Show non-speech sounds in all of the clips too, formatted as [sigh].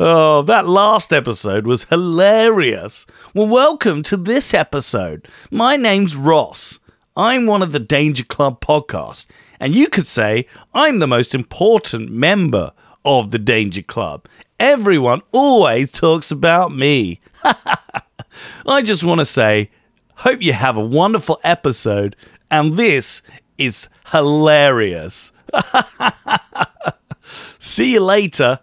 oh, that last episode was hilarious. Well, welcome to this episode. My name's Ross. I'm one of the Danger Club podcast, and you could say I'm the most important member of the Danger Club. Everyone always talks about me. [laughs] I just want to say, hope you have a wonderful episode, and this is hilarious. [laughs] See you later.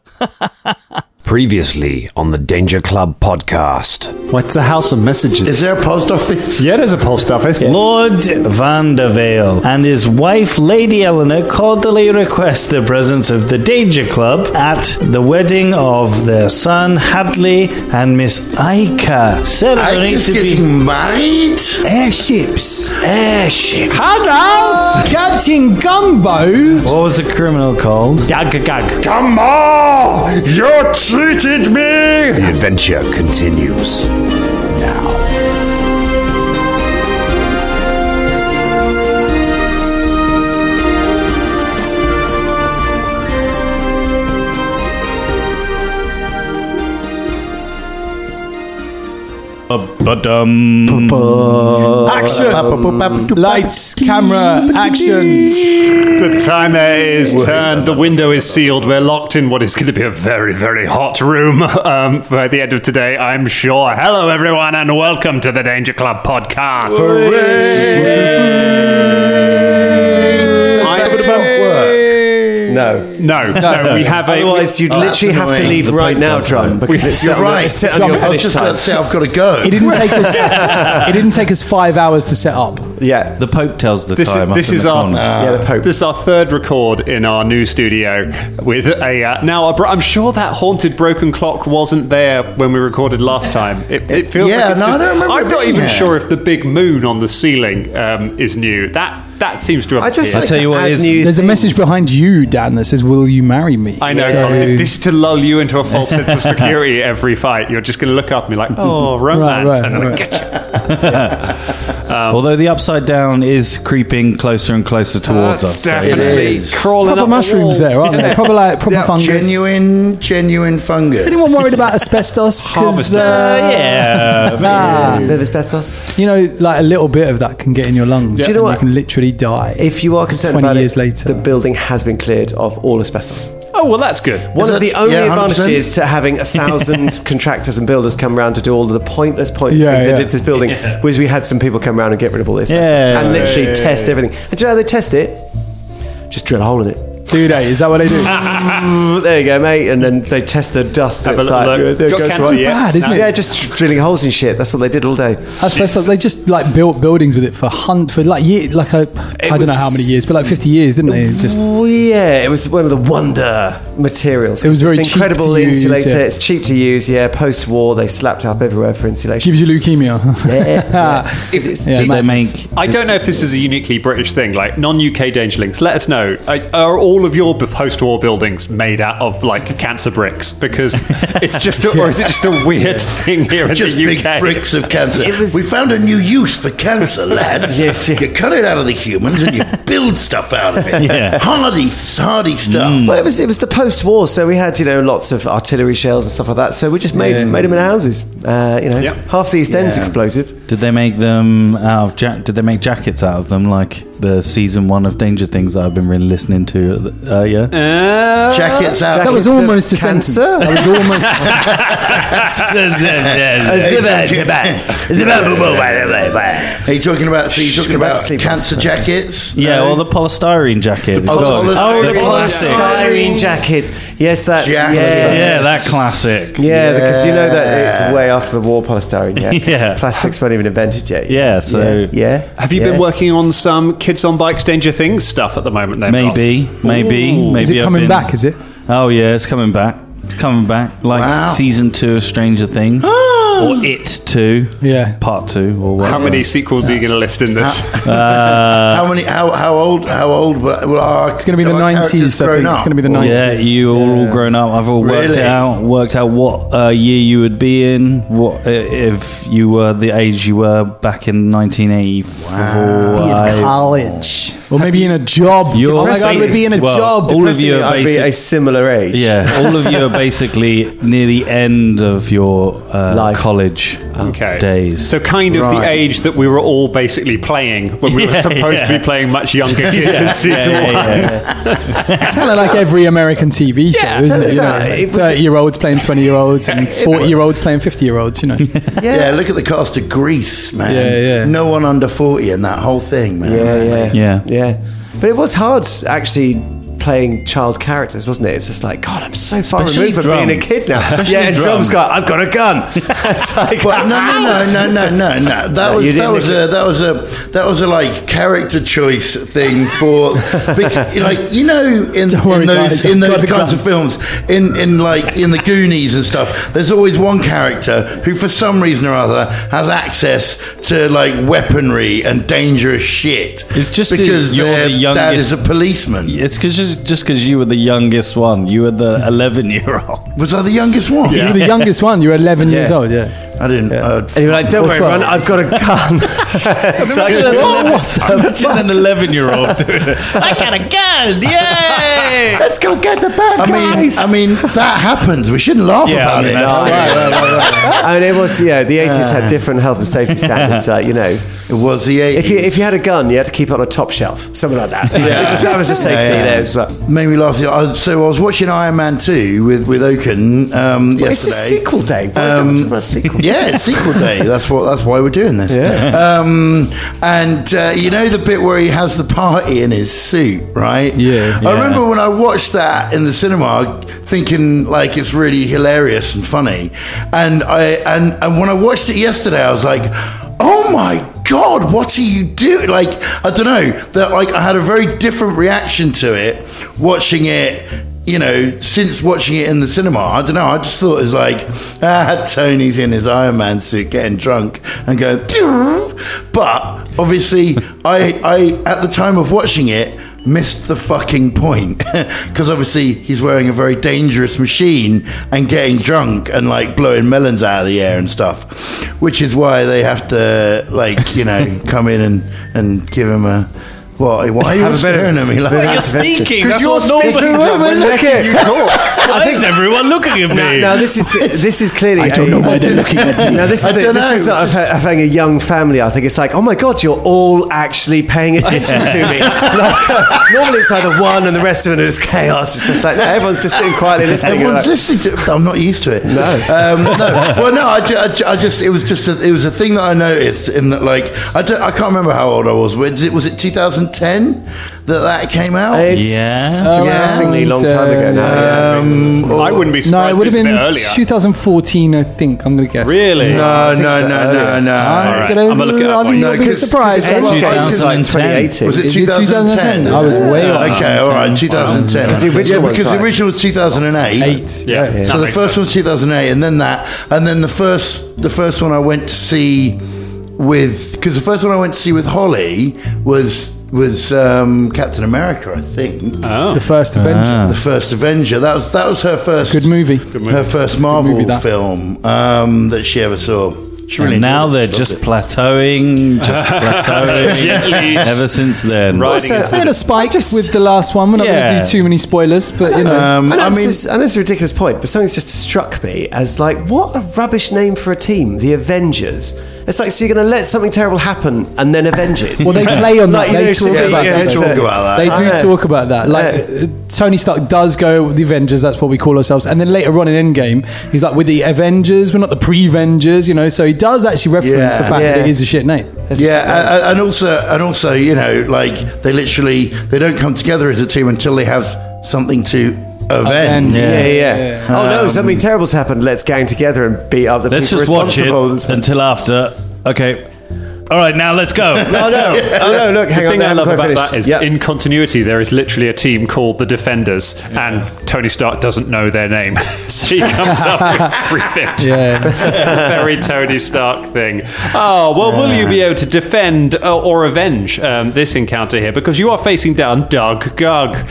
Previously on the Danger Club podcast. What's a house of messages? Is there a post office? Yeah, there's a post office. Lord Vandervale and his wife, Lady Eleanor, cordially request the presence of the Danger Club at the wedding of their son, Hadley, and Miss Aika. I Ceremony is to be. getting married. Airships. Airship. Huddles! Captain Gumbo. What was the criminal called? Gag, gag. You cheated me! The adventure continues now. um, Action. Lights, camera, action. The timer is turned. The window is sealed. We're locked in what is going to be a very, very hot room um, by the end of today, I'm sure. Hello, everyone, and welcome to the Danger Club podcast. No. No, no, we have a. Otherwise, you'd literally have to leave right now, John. Because it's You're set on your- right. it's set on your I was finish just time. about to say I've got to go. It didn't take us. it didn't take us five hours to set up. Yeah. The Pope tells the This, time. is- up this in is the our uh, corner. yeah, the Pope. this is our third record in our new studio with a uh, now. a bro- I'm sure that haunted broken clock wasn't there when we recorded last time. It, it feels Yeah, like it's no, I just, don't remember I'm it not being even there. sure if the big moon on the ceiling um, is new. That that seems to have. I just appeared. like tell to you what add it is. new There's a things. message behind you, Dan, that says, "Will you marry me?" I know. So- Colin, this is to lull you into a false sense of security [laughs] every fight. You're just going to look up and be like, oh, romance. right, and then I right. get you. Although the upside down is creeping closer and closer towards us. That's so- definitely is. crawling proper up mushrooms the wall. there, aren't they? Proper like proper fungus. Genuine, genuine fungus. Is anyone worried about asbestos? 'Cause, Harvester. yeah. nah, bit of asbestos. you know, like a little bit of that can get in your lungs. Do you know and what? You can literally die If you are concerned 20 about years it, later. the building has been cleared of all asbestos. Oh, well, that's good. One Is of that- the only yeah, 100%? advantages to having a [laughs] thousand contractors and builders come round to do all the pointless, pointless Yeah, things yeah. they did to this building was we had some people come round and get rid of all this Yeah. and literally test everything. And do you know how they test it? Just drill a hole in it. do they? Is that what they do? There you go, mate. And then they test the dust. Have a and it's little like, look. there Got goes cancer one. yet? Bad, isn't No. it? Yeah, just tr- drilling holes in shit. That's what they did all day. Asbestos. They just like built buildings with it for hunt for like year, like a, I don't know how many years, but like fifty years, didn't they? Just Well, yeah, it was one of the wonder materials. It was very it's cheap incredible to use, insulator. yeah. It's cheap to use. Yeah, post-war they slapped up everywhere for insulation. gives you leukemia. Yeah. [laughs] Yeah, They madness. make I don't know if this is a uniquely British thing, like non-UK dangerlings. Let us know. I- Are all of your b- post-war buildings made out of like cancer bricks? [laughs] Because it's just, a, or is it just a weird thing here in Just the big UK? bricks of cancer. It was- we found a new use for cancer, lads. Yes, yeah. You cut it out of the humans and you build stuff out of it. Yeah. Hardy, hardy stuff. Well, it was it was the post-war, so we had you know lots of artillery shells and stuff like that. So we just made made them in houses. Uh, you know, Yep. half the East End's explosive. Did they make them out of jack? Did they make jackets out of them, like the season one of Danger Things that I've been really listening to uh, earlier? Jackets out. That was It's a almost a cancer. sentence. That was almost. a sentence. [laughs] Are you talking about? So you're talking about Sleep on cancer jackets? yeah, No? or the polystyrene jacket. poly- Oh, polystyrene- oh, the the classic. Polystyrene jackets. Yes, that. Jackets. Yeah, Yeah, that classic. Yeah, because you know that Yeah. it's way after the war polystyrene. Yeah, 'cause Yeah. plastics weren't even invented yet. Yeah, so- yeah. yeah. Have you yeah. been working on some Kids on Bikes Danger Things stuff at the moment? Then Maybe, Ross? maybe, maybe. Is it I've coming been- back? Is it? Oh yeah, it's coming back. Coming back, like Wow. season two of Stranger Things, or It Two, Yeah. part two, or whatever. How many sequels are you going to list in this? How many? How, how old? How old? were- were our, It's going to be the nineties. I think it's going to be the nineties. Yeah, you are all grown up. I've all worked it Really? out. Worked out what uh, year you would be in. What uh, if you were the age you were back in 1984? college. Or maybe in a job. You're- oh my god, we'd be in a Well, job. all of you are I'd be basic- a similar age. Yeah, all of you are basically near the end of your uh, Life. college Okay. days. So kind of the age that we were all basically playing when we were Yeah, supposed yeah. to be playing much younger kids in season yeah, yeah, one. It's kind of like every American TV show, isn't it? it's You all right. It know, was- thirty-year-olds playing twenty-year-olds and forty-year-olds playing fifty-year-olds. You know, Yeah. look at the cast of Greece, man. Yeah, yeah. No one under 40 in that whole thing, man. Yeah, yeah, Yeah. yeah. But it was hard actually playing child characters, wasn't it? It's just like, God, I'm so far Especially removed from drum. being a kid now. yeah, and drum. drum's got, I've got a gun. [laughs] it's like, Well, no, no, no, no, no, no, no. That No, you was didn't that was a that was a that was a like character choice thing for bec- you know, like you know in, Don't worry, in those guys, in I've those got a kinds of films in in like in the Goonies and stuff. There's always one character who, for some reason or other, has access to like weaponry and dangerous shit. It's just that because you're their the youngest- dad is a policeman. It's cause just just because you were the youngest one. You were the 11 year old. [laughs] Was I the youngest one? you were the youngest one. You were eleven years Yeah. old. Yeah, I didn't. Uh, and you're like, don't Or worry, 12. Ron, I've got a gun. it's like, [laughs] Imagine an 11 year old. Oh, [laughs] I got a gun! Yay! let's go get the bad I mean, guys. [laughs] I mean, that happens. We shouldn't laugh Yeah, about I mean, it. Oh, that's true. I mean, it was, yeah, the 80s had different health and safety standards, uh, you know. It was the 80s. If you, if you had a gun, you had to keep it on a top shelf, something like that. [laughs] Because that was the safety Yeah, yeah. there. It's like, Made me laugh. I was- So I was watching Iron Man 2 with, with Oaken um, yesterday. it's a sequel day. Why is Um, everyone talking about sequel yeah, it's sequel day. That's what. That's why we're doing this. Yeah. Um, and uh, you know the bit where he has the party in his suit, right? Yeah, I remember when I watched that in the cinema, thinking like it's really hilarious and funny. And I and and when I watched it yesterday, I was like, oh my. God, what are you doing? Like, I don't know. That like I had a very different reaction to it watching it you know, since watching it in the cinema, I don't know. I just thought it was like, ah, Tony's in his Iron Man suit, getting drunk and going. "Pew." But obviously, I, I at the time of watching it missed the fucking point [laughs] because obviously he's wearing a very dangerous machine and getting drunk and like blowing melons out of the air and stuff, which is why they have to like you [laughs] know come in and and give him a. What? Why are you Have a better- staring at me like Well, that? you're [laughs] Speaking, Because [laughs] that's you're what normally speaking, happens. Well, look at you Why is everyone looking at me? Now this is this is clearly. I don't know why they're looking at me. Now this I is the, don't this know, is not just- of having a young family. I think it's like, oh my god, you're all actually paying attention to me. Like, uh, normally it's either one and the rest of it is chaos. It's just like no, everyone's just sitting quietly listening. You're Everyone's like, listening to. I'm not used to it. No. Um, no. Well, no. I, ju- I ju- I just. It was just. A, it was a thing that I noticed in that. Like I don't. I can't remember how old I was. Was it was it 2010 that that came out? It's Yeah. a depressingly long time ago now. yeah. Um, or- I wouldn't [laughs] be no, surprised it would have if it's a been bit earlier. 2014, I think. I'm gonna guess. Really? no, no, no, no, no. All right, gonna- I'm gonna look it up Uh, I for think you. you'll No, be 'cause- 'cause surprised. it's actually. educated. It's like 2018. Was it Is it 2010? 2010? I was way off. Okay, all right, 2010. Because the original yeah, one's because the like- original was 2008. Eight. Yeah. So That the makes first one's 2008, and then that, and then the first the first one I went to see with because the first one I went to see with Holly was was um, Captain America, I think, The first Avenger. the first Avenger. That was that was her first Good movie. her first Marvel movie, that. film um, that she ever saw. She really And now enjoyed it. they're She just loved it. plateauing, just plateauing. Gently. Ever since then, Right. Also, They had a spike with the last one. We're not Yeah. going to do too many spoilers, but you know. Um, I, know I it's mean, just- I know it's a ridiculous point, but something's just struck me as like, what a rubbish name for a team, the Avengers. It's like, so you're going to let something terrible happen and then avenge it. [laughs] well, they play on that. Like, you know, They yeah, talk about yeah, that. they it's though. talk a- about They that. do Yeah. talk about that. Like Yeah. uh, Tony Stark does go with the Avengers. That's what we call ourselves. And then later on in Endgame, he's like, "With the Avengers, we're not the pre-Vengers," you know. So he does actually reference Yeah. the fact that Yeah. it is a shit name. Yeah, a- a- and also, and also, you know, like they literally they don't come together as a team until they have something to avenge. Avenge. Yeah, Yeah. yeah. Yeah. Oh no, something terrible's happened. Let's gang together and beat up the Let's people just watch it responsible. And- until after. Okay. All right, now let's go. oh no! Oh no! Look, hang the on. thing they I haven't love quite about finished. that is yeah. in continuity there is literally a team called the Defenders, and Tony Stark doesn't know their name, [laughs] so he comes up [laughs] with everything. Yeah. it's a very Tony Stark thing. Oh well, will you be able to defend uh, or avenge um, this encounter here because you are facing down Doug Gug.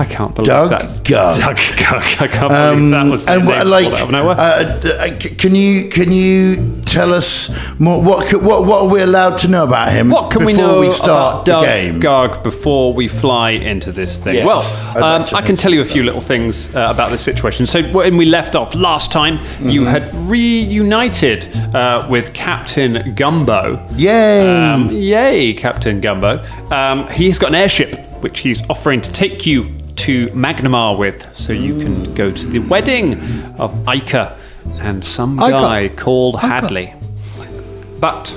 I can't believe Doug that's Gug. Doug Gug. I can't Um, believe that was the Um, and name wha- like, pulled out of nowhere. uh, d- uh, c- can you can you tell us more? What c- what what are we allowed to know about him? What can before we know start about the Doug game? Garg before we fly into this thing? Yes, well, I'd like um, to I can know tell you a few little things uh, about this situation. So when we left off last time, you Mm-hmm. had reunited uh, with Captain Gumbo. Yay! Um, yay, Captain Gumbo. Um, he's got an airship which he's offering to take you to Magnamar with, so you can go to the wedding of Ica and some Ica. guy called Hadley. But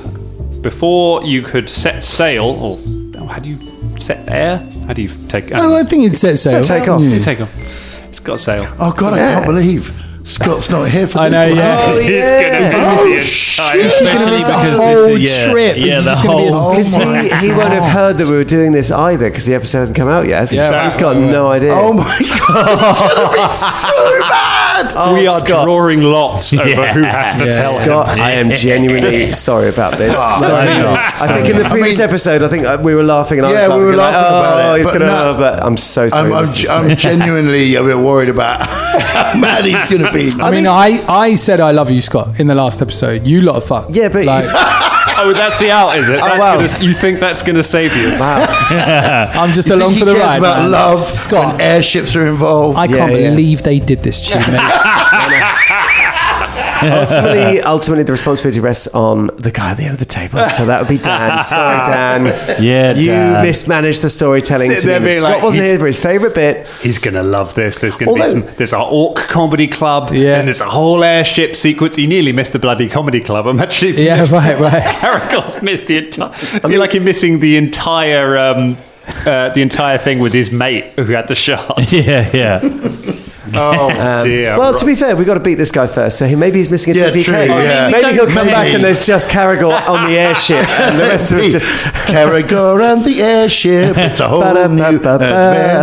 before you could set sail, or oh, how do you set air? How do you take? Oh, I think you'd set sail. take off. Yeah. you take off. It's got sail. oh God, I can't believe Scott's not here for this. I know, one. yeah. It's gonna be Oh, the entire shit. Especially It's a because whole- whole this is- yeah, trip is yeah, the just gonna be a whole- Because he, he won't have heard that we were doing this either because the episode hasn't come out yet. Has he? Yeah, So right, he's got right, right. no idea. Oh my [laughs] [laughs] God, it's gonna be so bad. we are Scott. drawing lots over who has to oh, Yeah. tell him. Oh, Scott, I am [laughs] genuinely sorry about this. Sorry. I think in the previous I mean- episode, I think uh, we were laughing and I Yeah, was like, we were like, laughing oh, about it, he's but gonna, no. but I'm so sorry. I'm, I'm, this is- I'm genuinely a bit worried about how mad he's going [laughs] to be. I mean, I, I said I love you, Scott, in the last episode. You lot of fuck. Yeah, but- [laughs] Oh, that's the out, is it? That's wow. gonna, you think that's going to save you? [laughs] I'm just You think along he for the cares ride. about man. love Scott. when airships are involved. I can't yeah. believe they did this to you, mate. ultimately, ultimately, the responsibility rests on the guy at the end of the table. So that would be Dan. Sorry, [laughs] Dan. Yeah, you Dan. mismanaged the storytelling. Sitting To there me. being Scott like, wasn't he's- here for his favourite bit. He's gonna love this. There's gonna Although- be some. There's our orc comedy club. Yeah. And there's a whole airship sequence. He nearly missed the bloody comedy club. I'm actually. Yeah, right, right. Caracal's missed the entire. I feel like you're missing the entire. Um, uh, the entire thing with his mate who had the shot. Yeah, yeah. Oh dear. Well, to be fair, we've got to beat this guy first. So he, maybe he's missing a Yeah, TPK. true, yeah. Maybe he'll come Maybe. back and there's just Carrigal [laughs] on the airship, and the rest of [laughs] us just. carry go around the airship. It's [laughs] a whole new Ba-da-ba-ba-ba.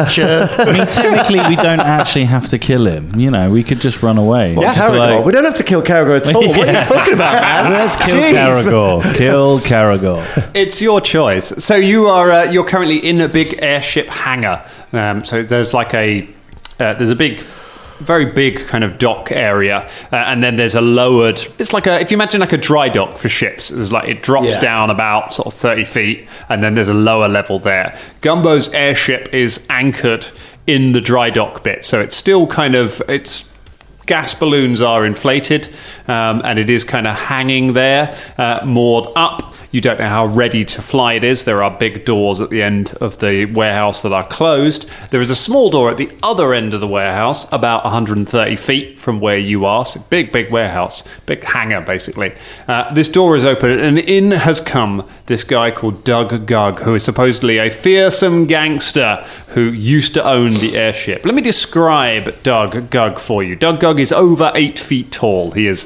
adventure. I mean, technically, we don't actually have to kill him. You know, we could just run away. Well, Just be Caragor. like, we don't have to kill Caragor at all. What are [laughs] you talking about, man? Let's kill Jeez. Caragor. Kill Caragor. [laughs] It's your choice. So you are uh, you're currently in a big airship hangar. Um, so there's like a uh, there's a big, very big kind of dock area, uh, and then there's a lowered. It's like a if you imagine like a dry dock for ships. There's like it drops Yeah. down about sort of thirty feet, and then there's a lower level there. Gumbo's airship is anchored in the dry dock bit, so it's still kind of it's gas balloons are inflated um, and it is kind of hanging there, uh, moored up. You don't know how ready to fly it is. There are big doors at the end of the warehouse that are closed. There is a small door at the other end of the warehouse, about 130 feet from where you are. So, big, big warehouse, big hangar, basically. Uh, this door is open, and in has come this guy called Doug Gug, who is supposedly a fearsome gangster who used to own the airship. Let me describe Doug Gug for you. Doug Gug is over eight feet tall. He is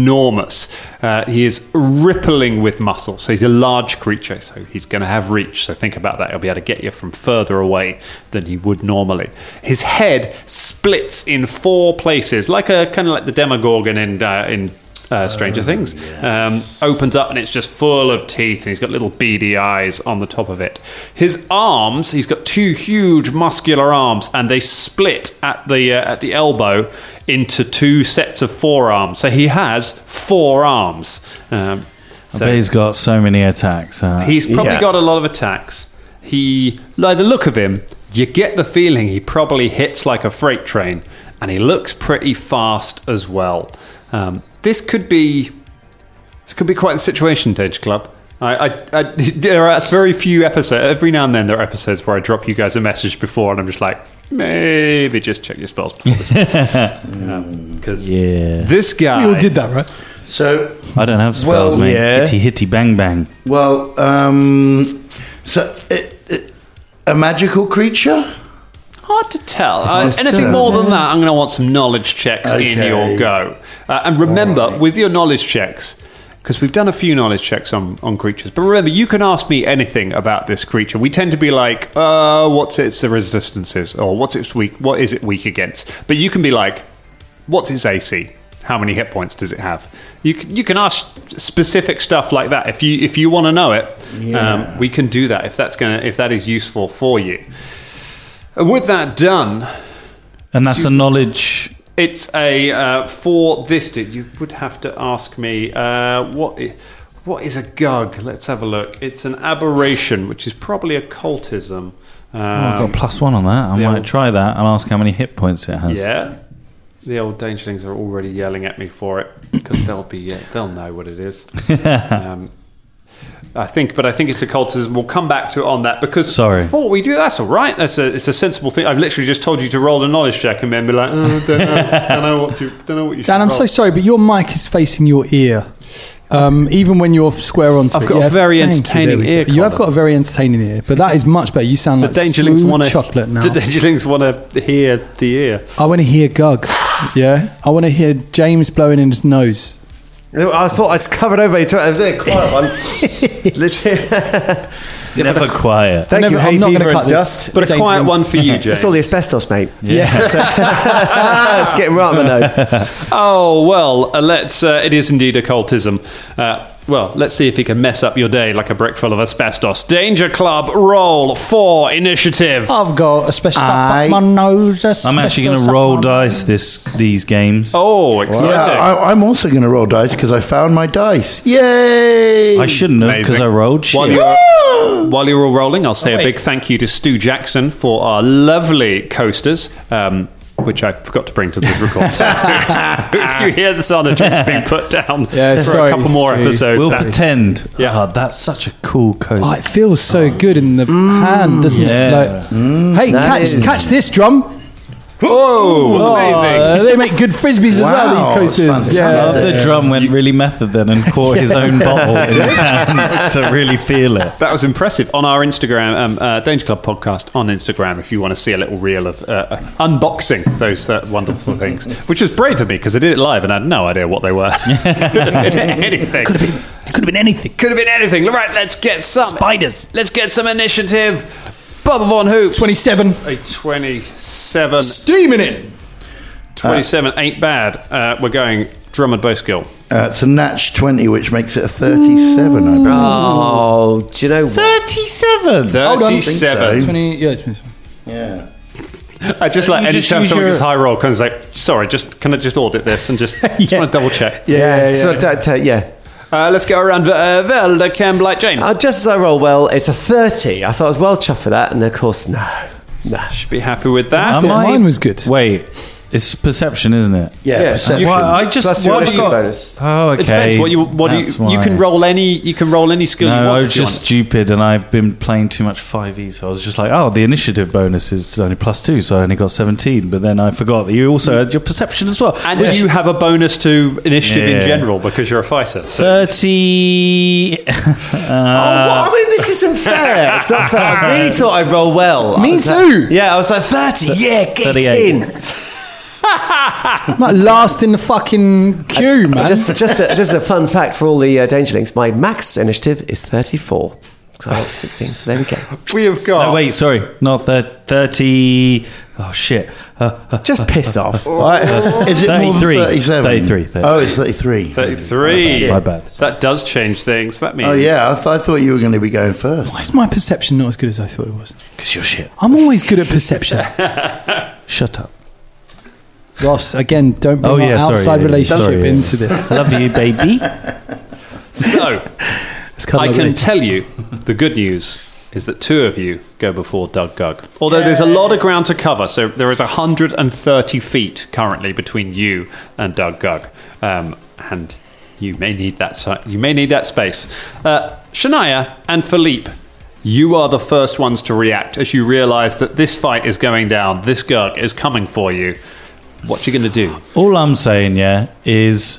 enormous. Uh, he is rippling with muscle. So he's a large creature. So he's going to have reach. So think about that. He'll be able to get you from further away than he would normally. His head splits in four places, like a kind of like the Demogorgon in uh, in uh, Stranger Things. Um, opens up and it's just full of teeth, and he's got little beady eyes on the top of it. His arms, he's got two huge muscular arms, and they split at the uh, at the elbow into two sets of forearms. So he has four arms. Um, so But he's got so many attacks. Uh, He's probably Yeah. got a lot of attacks. He, like the look of him, you get the feeling he probably hits like a freight train, and he looks pretty fast as well. Um, this could be, this could be quite a situation, Dage Club. I, I, I, [laughs] there are very few episodes. Every now and then, there are episodes where I drop you guys a message before, and I'm just like, maybe just check your spells [laughs] before this, because yeah. this guy We all did that, right? So, I don't have spells, Well, mate. yeah. Hitty, hitty, bang, bang. well, um, so it, it, a magical creature. Hard to tell. Uh, just, anything uh, more than that, I'm going to want some knowledge checks in Okay. your go. Uh, and remember, with your knowledge checks, because we've done a few knowledge checks on, on creatures, but remember, you can ask me anything about this creature. We tend to be like, uh, what's its resistances, or what's its weak, what is it weak against? But you can be like, what's its AC? How many hit points does it have? You can, you can ask specific stuff like that if you if you want to know it. Um, we can do that if that's gonna if that is useful for you. And with that done, And that's a knowledge. it's a uh, for this. Did you would have to ask me uh, what i- what is a gug? Let's have a look. It's an aberration, which is probably occultism. Um, Oh, I've got a plus one on that. I the might old- try that and ask how many hit points it has. Yeah. The old Dangerlings are already yelling at me for it because they'll be uh, they'll know what it [laughs] is. um, I think, but I think it's occultism. We'll come back to it on that because Sorry. before we do, that's all right. That's a it's a sensible thing. I've literally just told you to roll a knowledge check and then be like, oh, don't know, don't know what to, don't know what you. Dan, should I'm roll. so sorry, but your mic is facing your ear. Um, even when you're square on, I've got a very entertaining ear, You have Colin. got a very entertaining ear, but that is much better. You sound The like Dangerlings smooth want to chocolate [laughs] now. The Dangerlings want to hear the ear. I want to hear Gug. Yeah, I want to hear James blowing in his nose. I thought I was covered over. You I was doing a quiet [laughs] one. Literally. [laughs] It's never quiet. Thank never- you, I'm hay not gonna fever cut and this. dust. But a quiet Dangerlings. one for [laughs] you, James. That's all the asbestos, mate. Yeah. [laughs] it's getting right on my nose. Oh well, uh, let's. Uh, it is indeed occultism. Uh, well, let's see if he can mess up your day like a brick full of asbestos. Danger Club, roll for initiative. Oh, I've got a special I- my nose. a I'm actually going special to roll stuff. dice this these games. Oh, exciting! Yeah, I, I'm also going to roll dice because I found my dice. Yay! I shouldn't have because I rolled shit. While you're, while you're all rolling, I'll Oh, say a big thank you to Stu Jackson for our lovely coasters. Um, which I forgot to bring to the record. [laughs] So, Stu, [laughs] if you hear the sound of drinks being put down Yeah, for sorry, a couple more Stu. episodes, we'll that- pretend. Yeah. Ah, that's such a cool coat. Oh, it feels so good in the hand, doesn't Mm. Yeah. Mm. it? Like, hey, catch is- catch this drum. Whoa! Amazing. Oh, they make good frisbees as well. Wow, These that's coasters. fantastic. Yeah. the drum went really method then and caught his own bottle in his hand to really feel it. That was impressive. On our Instagram, um, uh, Danger Club Podcast on Instagram, if you want to see a little reel of uh, uh, unboxing those uh, wonderful things, which was brave of me because I did it live and I had no idea what they were. [laughs] Could have been anything. Could have been, Could have been anything. anything. Right, let's get some. Spiders. Let's get some initiative. Bubba Von Hoops. Twenty-seven. A 27. Steaming it. 27 ain't bad. Uh, we're going drum and bow skill. Uh, it's a natch 20, which makes it a 37, I believe. Oh, do you know what? 37. 37. Twenty. Yeah. 27. Yeah. I just like Uh, You any just time use someone your- gets high roll, kind of like, sorry, just can I just audit this and [laughs] just, just want to double check. Yeah, yeah, yeah. So, don't take- yeah. Uh, let's go around uh, Velda, Camblight, James. Uh, just as I roll well, it's a 30. I thought I was well chuffed for that, and of course, no. No. Should be happy with that. Um, thought mine was good. Wait, it's perception, isn't it? Yeah, Yeah, perception. Well, I just Plus your what issue I got- bonus. Oh, okay. It depends what you what do That's you, you why. can roll any you can roll any skill you No, I want. was if you just stupid, and I've been playing too much Five E, so I was just like, "Oh, the initiative bonus is only plus two, so I only got seventeen. But then I forgot that you also had your perception as well. want. and you have a bonus to initiative in Yeah. general because you're a fighter. So. thirty. oh, what? I mean, this isn't fair. It's not fair. I really thought I'd roll well. I Me was like- too. yeah, I was like, 30. Yeah, get 38. in. I'm like last in the fucking queue, man. Just, just, a, just a fun fact for all the uh, Dangerlings my max initiative is 34. So I got 16, so there we go. we have got. Oh, wait, sorry, not thir- thirty. Oh shit! [laughs] Uh, uh, Just piss off. Is it more than 33. 37? 33, 33. Oh, it's 33. 33. My bad. That does change things. That means Oh, yeah. I, th- I thought you were going to be going first. Why is my perception not as good as I thought it was? because you're shit. I'm always good at perception. [laughs] Shut up. Ross, again, don't bring Oh, my yeah, sorry, outside yeah, yeah. relationship Sorry, yeah. into this. I love you, baby. So [laughs] It's kind I of can related. tell you the good news is that two of you go before Doug Gug. Although there's a lot of ground to cover, so there is 130 feet currently between you and Doug Gug, um, and you may need that si- you may need that space. Uh, Shania and Philippe, you are the first ones to react as you realise that this fight is going down. This Gug is coming for you. What you going to do? All I'm saying, yeah, is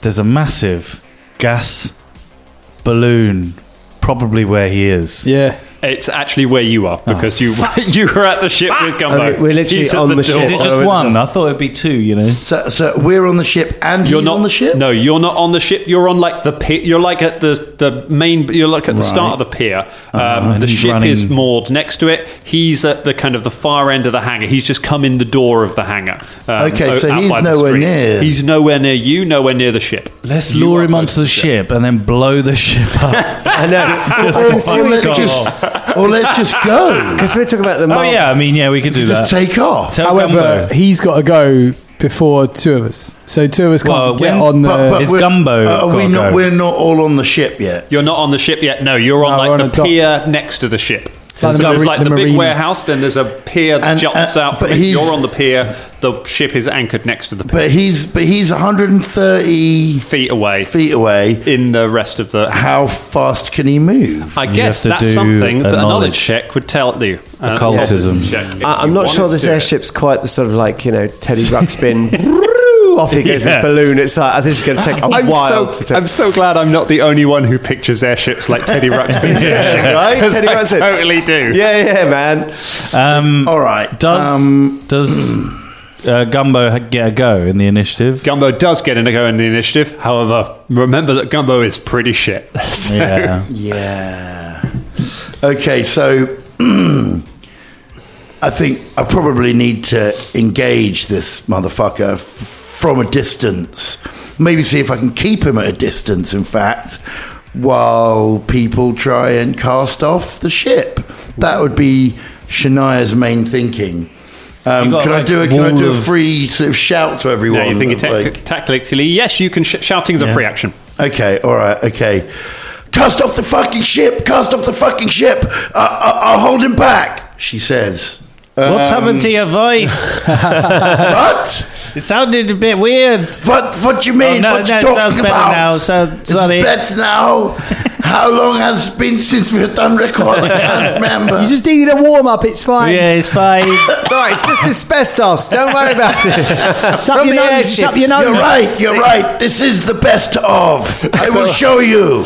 there's a massive gas balloon, probably where he is. Yeah. It's actually where you are because you [laughs] you were at the ship with I Gumbo. mean, we're literally He's at on the door. ship. Is it just one? I thought it'd be two. You know. So, so we're on the ship and You're he's not on the ship? No, you're not on the ship. You're on like the pier. You're like at the the main. You're like at the start of the pier. Um, the he's ship is running- moored next to it. He's at the kind of the far end of the hangar. He's just come in the door of the hangar. um, Okay, o- so out he's by the nowhere street. near. He's nowhere near you. Nowhere near the ship. Let's You lure are him close onto to the ship and then blow the ship up. I know. [laughs] Just Or- the or fuck's let's gone just or let's just go. [laughs] Because we're talking about the Oh Marvel. yeah, I mean yeah, we could do that. Just take off. Tell However, Gumbo. he's got to go before two of us. So two of us can't Well, get when- on the. But, but Is we're- Gumbo uh, Are we gotta not? go? We're not all on the ship yet. You're not on the ship yet. No, you're on No, like we're on a the dock. pier next to the ship. Like so the there's like mari- the the, big marina. warehouse. Then there's a pier that And- jumps and- out from but it. he's- You're on the pier. The ship is anchored next to the pier, But he's but he's 130 feet away. feet away. in the rest of the. [laughs] How fast can he move? I guess have that's to do something a that a knowledge knowledge. check would tell you. Uh, Occultism. knowledge check if I, I'm you not sure wanted this to. airship's quite the sort of like you know Teddy Ruxpin. Off he goes Yeah. his balloon. It's like this is going to take a I'm while. so, to take. I'm so glad I'm not the only one who pictures airships like Teddy Ruxpin's airship. Right? [laughs] 'Cause Teddy I Ruxpin. totally do. yeah, yeah, man. Um, All right. does does uh, Gumbo ha- get a go in the initiative? Gumbo does get in a go in the initiative. However, remember that Gumbo is pretty shit. [laughs] So- yeah. Yeah. Okay, so [clears throat] I think I probably need to engage this motherfucker f- from a distance. Maybe see if I can keep him at a distance, in fact, while people try and cast off the ship. That would be Shania's main thinking. Um, got, can I like, do a can I wall do a of- free sort of shout to everyone? No, you think of, like- tacti- tactically? Yes, you can. Sh- shouting's a free action. Okay, all right, okay. Cast off the fucking ship! Cast off the fucking ship! I, I, I'll hold him back, she [laughs] says. What's Um, happened to your voice? What? it sounded a bit weird. What? What do you mean? Oh, no, what you no, it talking sounds better about? now, so- It's sorry. better [laughs] now. How long has it been since we've done recording? I [laughs] can't remember. you just needed a warm up. It's fine. Yeah, it's fine. It's all right. It's just asbestos. Don't worry about it. It's up From your the nose, airship. it's up your nose. You're right. You're right. This is the best of. I will show [laughs] you.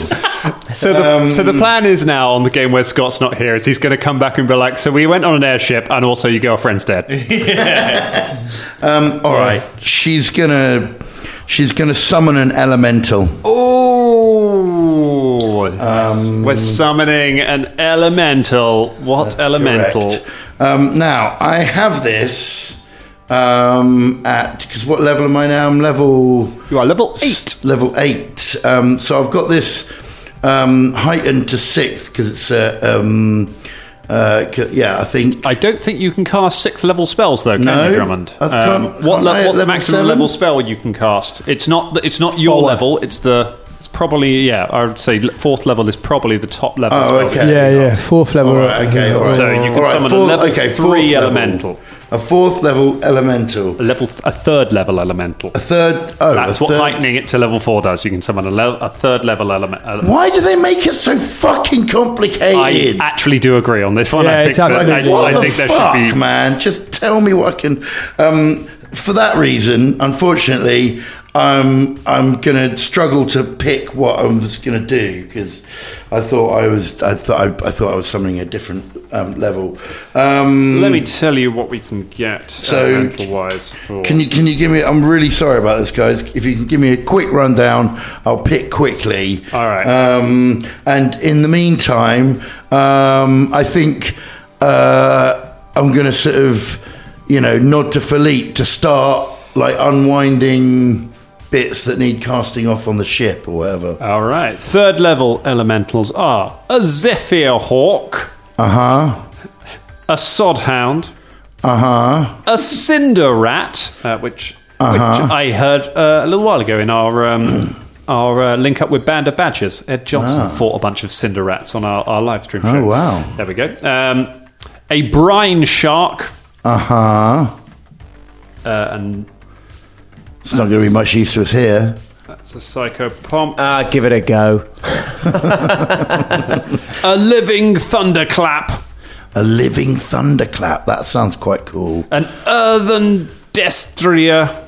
So the, so the plan is now on the game where Scott's not here is he's going to come back and be like, so we went on an airship and also your girlfriend's [laughs] dead. Um, all right. She's gonna. She's gonna summon an elemental. Ooh. We're summoning an elemental. What elemental? Correct. Um, now I have this um, at because what level am I now? I'm level You are level eight. eight. Level eight. Um, so I've got this um, heightened to sixth because it's uh, um, uh, c- yeah. I think I don't think you can cast sixth level spells though, can No. you, Drummond? Um, I can't- can't what I le- at what's the level maximum seven? level spell you can cast? It's not th- it's not your Four. level. It's the it's probably yeah. I would say le- fourth level is probably the top level. Oh, spell. okay. Yeah, yeah. Fourth level. All right, okay, all right. So you can All right, summon a level three elemental. a fourth level elemental, A level th- a third level elemental. a third. Oh, That's a what third- heightening it to level four does. You can summon a, le- a third level element. ele- Why do they make it so fucking I complicated? actually do agree on this one. Yeah, I think it's that- absolutely- I, I what the think there fuck, should be. man? Just tell me what I can. Um, for that reason, unfortunately, I'm I'm gonna struggle to pick what I was gonna do because I thought I was I thought I, I thought I was summoning a different um, level. Um, Let me tell you what we can get So, elemental wise. For Can you can you give me? I'm really sorry about this, guys. If you can give me a quick rundown, I'll pick quickly. All right. Um, and in the meantime, um, I think uh, I'm going to sort of, you know, nod to Philippe to start like unwinding bits that need casting off on the ship or whatever. All right. Third level elementals are a Zephyr Hawk, Uh huh. a Sodhound, Uh huh. a Cinder Rat, uh, which, which I heard uh, a little while ago in our. Um, [clears throat] Our uh, link up with Band of Badgers. Ed Johnson fought a bunch of cinder rats on our, our live stream show. wow. There we go. Um, a brine shark Uh huh. uh, and It's not going to be much use to us here. That's a psychopomp. Ah, give it a go. a living thunderclap. A living thunderclap. That sounds quite cool. An earthen destria.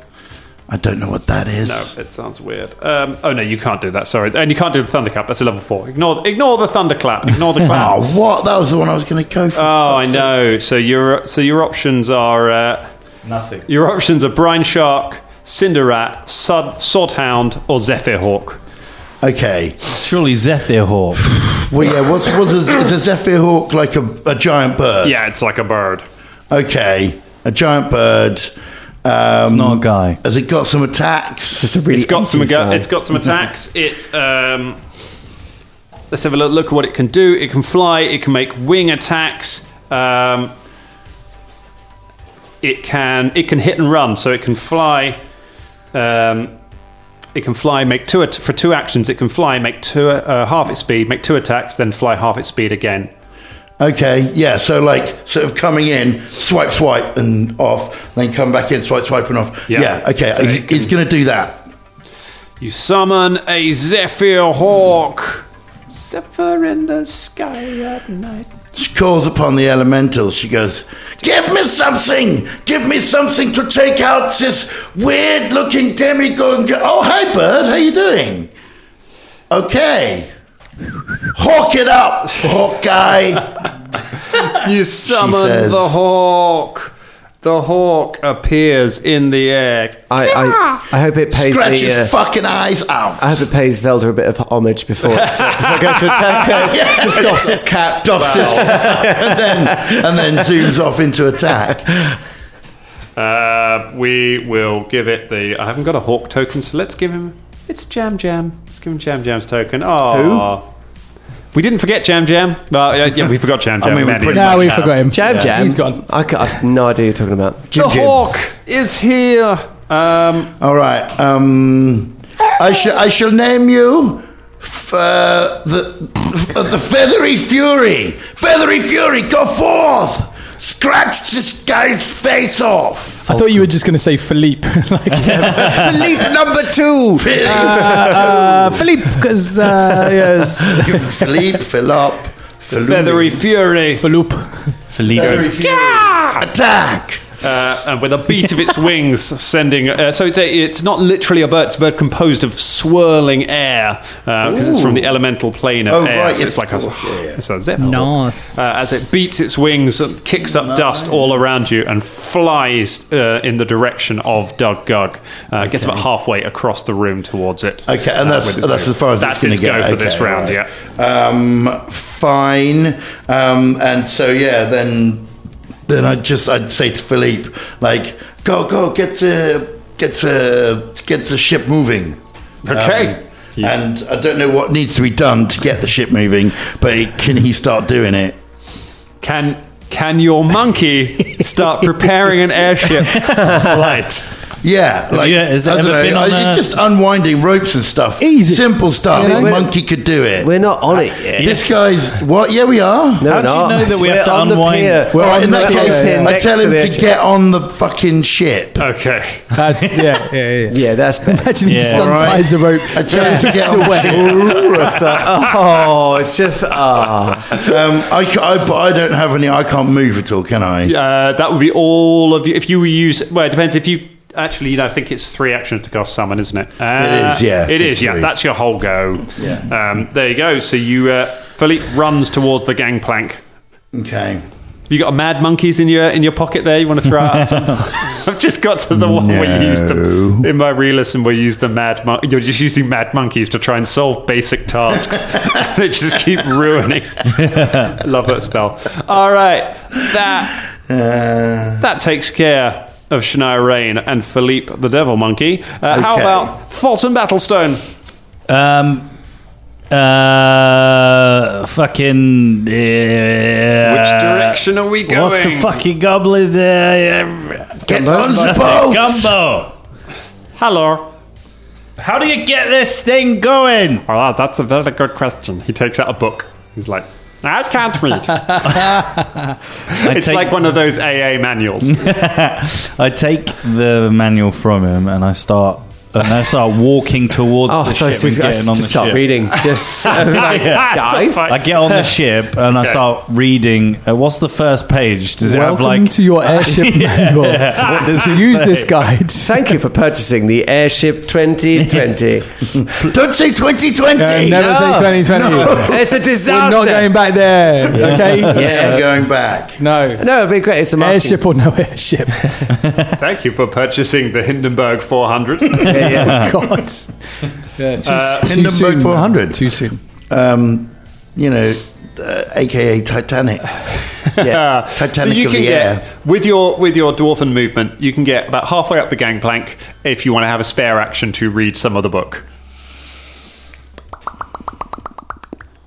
I don't know what that is. No, it sounds weird. Um, oh no, you can't do that. Sorry, and you can't do the thunderclap. That's a level four. Ignore, ignore the thunderclap. Ignore the clap. Oh, what? That was the one I was going to go for. Oh, I know. So your so your options are uh, nothing. Your options are brine shark, cinder rat, sod, sodhound, or zephyr hawk. Okay. Surely Zephyr Hawk. Well, yeah. What's what's a, is a zephyr hawk like a, a giant bird? Yeah, it's like a bird. Okay, a giant bird. Um, Not a guy. Has it got some attacks? It's a really It's got some. 80s Go- guy. it's got some attacks. It um, Let's have a look, look at what it can do. It can fly. It can make wing attacks. Um, it can it can hit and run. So it can fly. Um, it can fly, make two at- for two actions. It can fly, make two uh, half its speed, make two attacks, then fly half its speed again. Okay, yeah, so like sort of coming in, swipe, swipe, and off, then come back in, swipe, swipe, and off. Yeah. Yeah, okay, So he's, it can- he's going to do that. You summon a Zephyr Hawk. Zephyr in the sky at night. She calls upon the elemental. She goes, Give me something! Give me something to take out this weird looking demigod. Oh, hi, bird, how you doing? Okay. Hawk it up, hawk guy. [laughs] You summon says- the hawk. The hawk appears in the air. I, I, I hope it pays Stretch the. uh, his fucking eyes [laughs] out. I hope it pays Velder a bit of homage before it, so before it goes to attack. Yeah. Just [laughs] doffs his cap. Doffs his- and then and then zooms off into attack. Uh, we will give it the. I haven't got a hawk token, so let's give him. It's Jam Jam. Let's give him Jam Jam's token. Oh. We didn't forget Jam Jam. Well, yeah, yeah, we forgot [laughs] Jam Jam. mean, we Mandy. pretty No, we forgot him. Jam Jam. He's gone. I, ca- I have no idea what you're talking about. the hawk is here. Um, All right. Um, I shall I shall name you f- uh, the f- the feathery fury. Feathery fury, go forth. Scratch this guy's face off. I thought you were just going to say Philippe. [laughs] like, Philippe number [laughs] two. Philippe, uh, Philippe, [laughs] because uh, yes, Philippe, Philop, Feathery Fury. Philippe. [laughs] Felipe. attack. uh, and with a beat of [laughs] its wings, sending. Uh, so it's a, it's not literally a bird. It's a bird composed of swirling air because it's from the elemental plane of Oh, air. right, so it's yes, like a, of course, yeah, yeah. it's a zephyr. Nice. Uh, as it beats its wings, and kicks up dust all around you, and flies uh, in the direction of Doug Gug. Uh, Gets about halfway across the room towards it. Okay, and uh, that's with its that's move. as far as that's it's going its to go go for this round. Yeah. Um, fine. Um, and so yeah, then then I just I'd say to Philippe like, go go get to get to get the ship moving. Okay. Um, And I don't know what needs to be done to get the ship moving, but it- can he start doing it? Can can your monkey [laughs] start preparing an airship for flight? Yeah, like yeah, has it I don't ever know, been on I- a- just unwinding ropes and stuff. Easy. simple stuff. Yeah. The monkey could do it. We're not on it yet. This guy's what? Yeah, we are. No, How do you not. know that we We're have to on unwind? The pier. Well, All right, on in the that pier, case, yeah, yeah. I Next tell to him the to edge. get on the fucking ship. Okay. That's yeah, yeah, [laughs] yeah. Yeah, that's better. [laughs] Imagine he just Yeah. unties the rope. I tell him to get on the ship. It's like, oh, it's just ah. Um, I, ca- I, but I don't have any. I can't move at all, can I? Uh, that would be all of you. If you use, well, it depends. If you actually, you know, I think it's three actions to cast summon, isn't it? Uh, It is, yeah. It is, It's yeah. three. That's your whole go. Yeah. Um, there you go. So you, uh, Philippe runs towards the gangplank. Okay. You got a mad monkeys in your in your pocket there. You want to throw out? [laughs] some- [laughs] I've just got to the one where you used the in my re-listen where you use the mad. Mon- you're just using mad monkeys to try and solve basic [laughs] tasks. they just keep ruining. [laughs] Love that spell. All right, that Uh. that takes care of Shania Rain and Philippe the Devil Monkey. Uh, How Okay. about Fulton Battlestone? Um, uh, fucking. Uh, Which direction are we going? What's the fucking goblin? Uh, Get on the that's it, boat. Gumbo. Hello. How do you get this thing going? Oh, that's a very good question. He takes out a book. He's like, I can't read. I it's take, like one of those AA [laughs] manuals. [laughs] I take the manual from him and I start and I start walking towards Oh, the I thought ship she and was getting going on to the start ship. reading. Just [laughs] like, guys. I get on the ship and I start reading. Uh, what's the first page? Does it Welcome have like to your [laughs] airship manual. [laughs] To use this guide. Thank you for purchasing the Airship 2020. Don't say 2020. Uh, never say 2020. it's a We're disaster. not going back there. [laughs] Okay. Yeah, I'm going back. No. no, it'd be great. It's a marketing. Airship or no airship? Thank you for purchasing the Hindenburg 400. [laughs] [laughs] God. Yeah, too, too Hindenburg soon. 400. Too soon. Um, you know, uh, aka Titanic. Titanic Uh, so you of can the get air. with your with your dwarven movement, you can get about halfway up the gangplank if you want to have a spare action to read some of the book.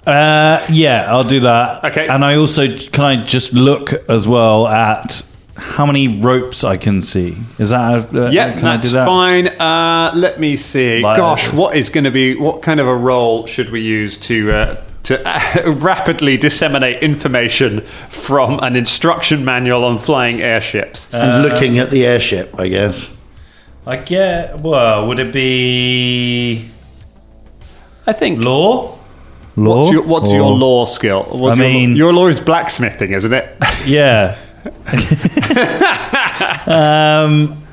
Uh, yeah, I'll do that. Okay. And I also can I just look as well at how many ropes I can see. Is that uh, Yep, can I do that's that? fine. Uh, let me see. Like- Gosh, what is going to be? What kind of a role should we use to uh, [laughs] to rapidly disseminate information from an instruction manual on flying airships? and looking at the airship, I guess. I get. Well, would it be I think. law? Law. What's your, what's Or- your law skill? What's I your- mean- your law is blacksmithing, isn't it? [laughs] Yeah. um.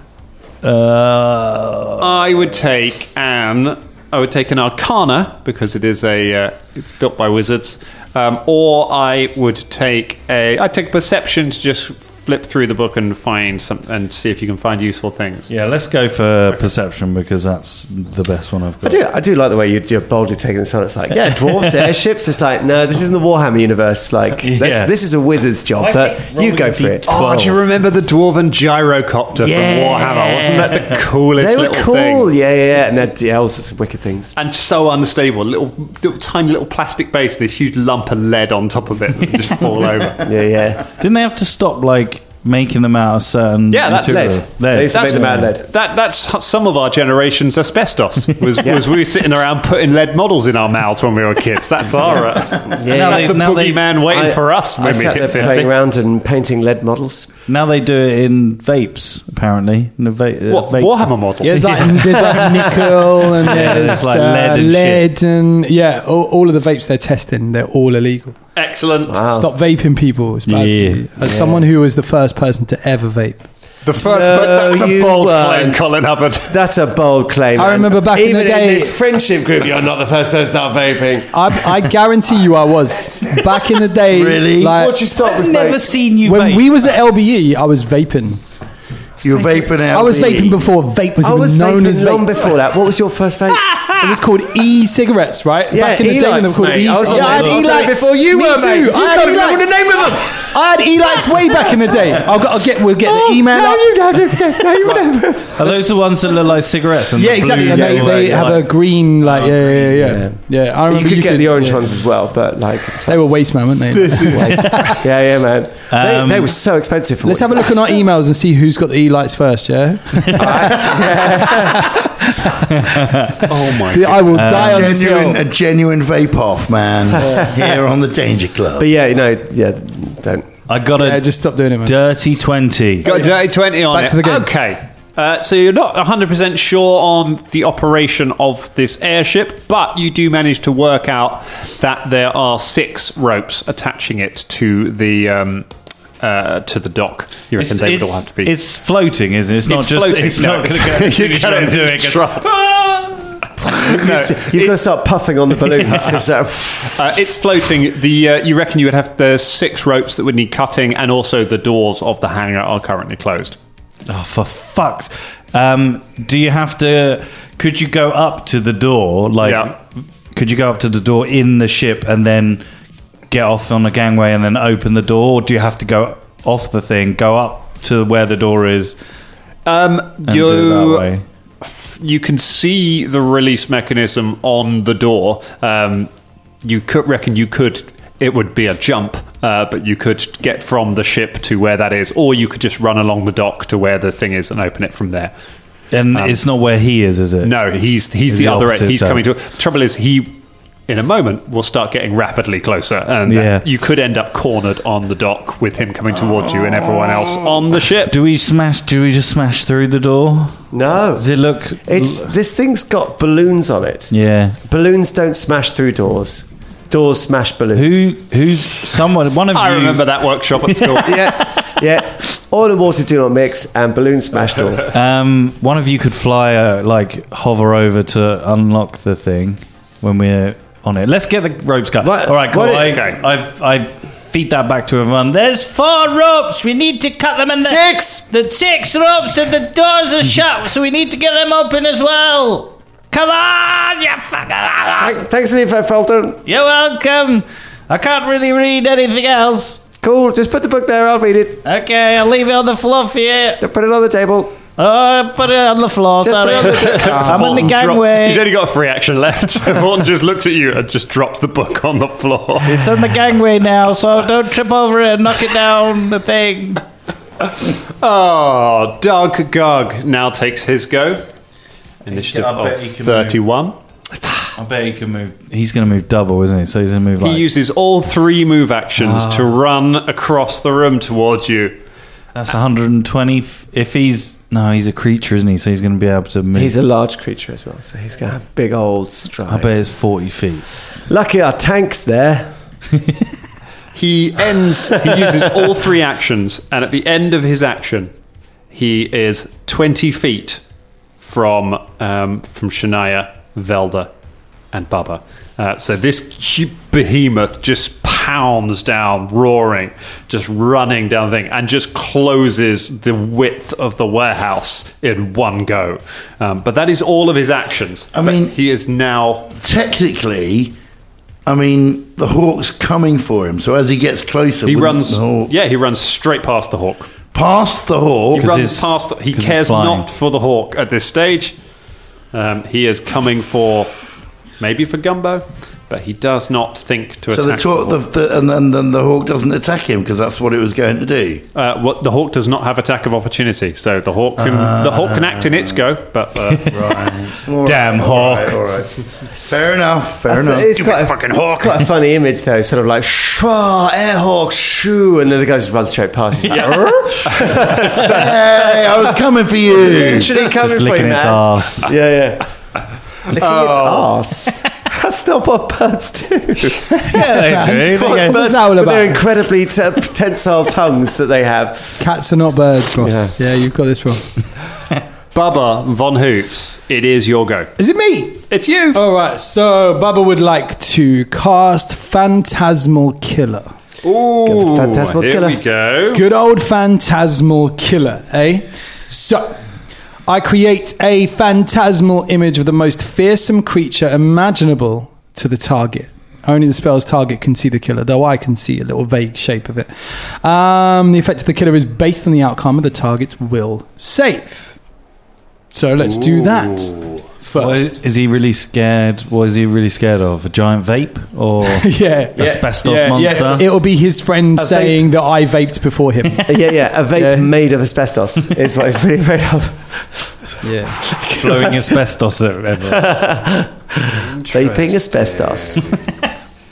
Uh. I would take an I would take an Arcana because it is a uh, it's built by wizards, um, or I would take a I take Perception to just flip through the book and find some and see if you can find useful things. Yeah, let's go for perception because that's the best one I've I got. do, I do like the way you, you're boldly taking this on. It's like, yeah, dwarves, airships. It's like, no, this isn't the Warhammer universe. [laughs] Like, Yeah. that's, this is a wizard's job, but you go for it. Oh, do you remember the dwarven gyrocopter Yeah. from Warhammer? Wasn't that the coolest They were little cool. thing? Yeah, yeah, yeah. And that, yeah, all sorts of wicked things. And so unstable, little, little tiny little plastic base, and this huge lump of lead on top of it that would just [laughs] fall over. [laughs] Yeah, yeah. Didn't they have to stop like making them out of certain? Yeah, that's material? lead. They used to make them out of lead. That that's h- some of our generation's [laughs] asbestos was, was we were sitting around putting lead models in our mouths when we were kids. That's our uh, Yeah, Now that's they- the now they- boogeyman waiting for us when I we sat there [laughs] hit playing fifty. around and painting lead models. Now they do it in vapes, apparently. In the va- uh, What vapes. Warhammer models? There's like there's like nickel and there's, there's like lead uh, and lead and yeah, all, all of the vapes they're testing, they're all illegal. Excellent. Stop vaping people. It's bad. for Yeah. you. As someone who was the first person to ever vape, The first, No, but [laughs] that's a Oh, you bold claim, weren't. Colin Hubbard. That's a bold claim. I man. remember back in Even the day- this friendship group, you're not the first person to start vaping. I, I guarantee you, I was back in the day. Really? Like, What'd you start with, Never mate? seen you when vape. we was at LBE, I was vaping. You're vaping out. I was the- vaping before vape was I even was known vaping as vape. long before that. What was your first vape? It was called e-cigarettes, right? Yeah, Back in the day when they were e-lights, called mate. e I was on Yeah, I had that long time e-lights. before you Me were, too. mate. You I had can't remember e-lights. the name of I had e-lights way back in the [laughs] day. I'll, go, I'll get, we'll get the email up. Are those the ones that look like cigarettes? And Yeah, the exactly. blue And they, yellow they light? have a green, like, yeah, yeah, yeah. Yeah, Yeah, I You remember could get the orange yeah. ones as well, but like, it's They like- were waste man, weren't they? yeah, yeah, man. Um, they, they were so expensive. For Let's what have a look on our emails and see who's got the e-lights first, yeah? [laughs] Oh my! Yeah, I will die on this Genuine, hill. a genuine vape off, man. here on the Danger Club. But yeah, you know, yeah, don't. I got a Yeah, just stop doing it, man. dirty 20. Got a dirty 20 on Back it. to the game. Okay. Uh, so you're not 100% sure on the operation of this airship, but you do manage to work out that there are six ropes attaching it to the um, uh, to the dock. You reckon they would all have to be? it's floating, isn't it? It's not It's just. floating. It's [laughs] No, not going it's- to go. you [laughs] You can't can't do just it. drop. You've got to start puffing on the balloons. It's just, uh, Uh, it's floating. The uh, you reckon you would have the six ropes that would need cutting, and also the doors of the hangar are currently closed. Oh, for fuck's. Um, do you have to? Could you go up to the door? Like, Yeah. could you go up to the door in the ship and then get off on the gangway and then open the door? Or do you have to go off the thing, go up to where the door is, Um, and do it you that way? you can see the release mechanism on the door. Um, you could reckon you could. It would be a jump, uh, but you could get from the ship to where that is, or you could just run along the dock to where the thing is and open it from there. And it's not where he is, is it? No, he's he's In the, the other end. opposite He's side. coming to. Trouble is, he in a moment will start getting rapidly closer, and Yeah. you could end up cornered on the dock with him coming towards you and everyone else on the ship. Do we smash? Do we just smash through the door? no, Does it look? it's this thing's got balloons on it. yeah. Balloons don't smash through doors. Doors smash balloons. Who? Who's someone? One of [laughs] I you. remember that workshop [laughs] at school. Yeah, yeah. Oil and water do not mix, and balloons smash doors. Um, one of you could fly, uh, like hover over to unlock the thing when we're on it. Let's get the ropes cut. What- All right, cool. what- I, okay. I've, I've feed that back to everyone. There's four ropes. We need to cut them, and the Six! the six ropes, and the doors are shut, so we need to get them open as well. Come on, you fucker! Thanks for the info, Felton. You're welcome. I can't really read anything else. Cool. Just put the book there. I'll read it. Okay, I'll leave it on the floor for you. Put it on the table. Uh, put it on [laughs] the floor, sorry. I'm on the He's gangway. only got a free action left. [laughs] So Morton just looks at you and just drops the book on the floor. It's on the gangway now, so don't trip over it and knock it down the thing. [laughs] Oh, Doug Gug now takes his go. Initiative I bet of he can move. 31. I bet he can move. He's going to move double, isn't he? So he's going to move like. He uses all three move actions to Ah. run across the room towards you. that's 120. f- If he's. No, he's a creature, isn't he? So he's going to be able to move. He's a large creature as well, so he's got a big old stride. I bet it's 40 feet. Lucky our tank's there. He ends, he uses all three actions, and at the end of his action, he is 20 feet from, um, from Shania, Velda, and Bubba. Uh, so this hu- behemoth just pounds down, roaring, just running down the thing, and just closes the width of the warehouse in one go. Um, but that is all of his actions. I But mean- he is now Technically, I mean, the hawk's coming for him. So as he gets closer, He wouldn't runs. the hawk- Yeah, he runs straight past the hawk. past the hawk. He runs he's- past. The, he 'cause he's cares flying. not for the hawk at this stage. Um, he is coming for maybe for Gumbo, but he does not think to So the, attack. talk, the, the hawk. the and then, then the hawk doesn't attack him because that's what it was going to do. uh, what the hawk does not have attack of opportunity, so the hawk can, the hawk can act in its go, but uh, Damn All hawk. right, all right. [laughs] Fair enough. Fair That's- enough. it's quite a, fucking hawk. It's quite a funny image though, sort of like shwa, air hawk, shoo, and then the guy just runs straight past. He's like, hey, I was coming for [laughs] you. literally coming Just for you, licking man. its [laughs] ass. Yeah, yeah. Licking its ass. That's not what birds do. [laughs] yeah, they do. They go, What's that all With their about? incredibly t- tensile tongues that they have. Cats are not birds, Ross. Yeah, you've got this wrong. Bubba von Hoops, it is your go. Is it me? It's you. All right. So Bubba would like to cast Phantasmal Killer. Ooh, Phantasmal here killer. we go. Good old Phantasmal Killer, eh? So, I create a phantasmal image of the most fearsome creature imaginable to the target. Only the spell's target can see the killer, though I can see a little vague shape of it. Um, the effect of the killer is based on the outcome of the target's will save. So let's do that What first. is, is he really scared? What is he really scared of? A giant vape or [laughs] Yeah. asbestos Yeah, yes. monster? It'll be his friend I saying that I vaped before him. Yeah, yeah. A vape Yeah. made of asbestos is what it's really made of. [laughs] yeah. blowing asbestos at everyone. Vaping asbestos.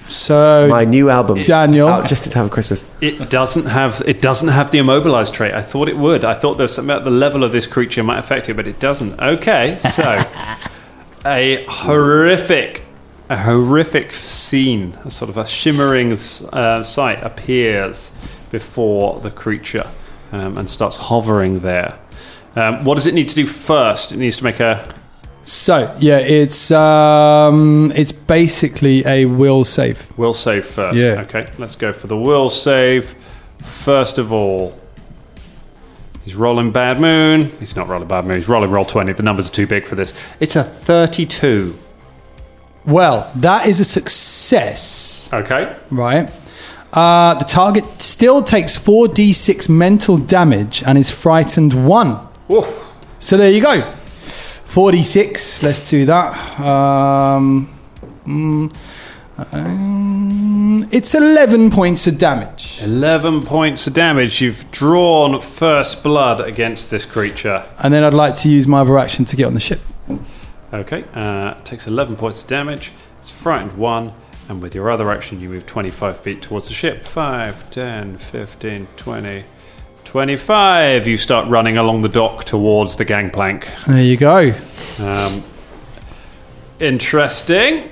So My new album. Daniel. Out just in time for Christmas. It doesn't have it doesn't have the immobilized trait. I thought it would. I thought there was something about the level of this creature might affect it, but it doesn't. Okay, so a horrific, a horrific scene, a sort of a shimmering uh, sight appears before the creature um, and starts hovering there. Um, what does it need to do first? It needs to make a So yeah, it's um, it's basically a will save. will save first. Yeah. Okay, let's go for the will save first of all. He's rolling Bad Moon. He's not rolling Bad Moon. He's rolling Roll 20. The numbers are too big for this. It's a 32. Well, that is a success, Okay. right? Uh, the target still takes four d6 mental damage and is frightened one. Oof. So there you go, four d6. Let's do that. Um, mm, um, it's eleven points of damage, 11 points of damage. You've drawn first blood against this creature. and then I'd like to use my other action to get on the ship. Okay. Uh, takes 11 points of damage. It's frightened 1. And with your other action, you move 25 feet towards the ship. 5, 10, 15, 20, 25. You start running along the dock towards the gangplank. There you go. Um, interesting.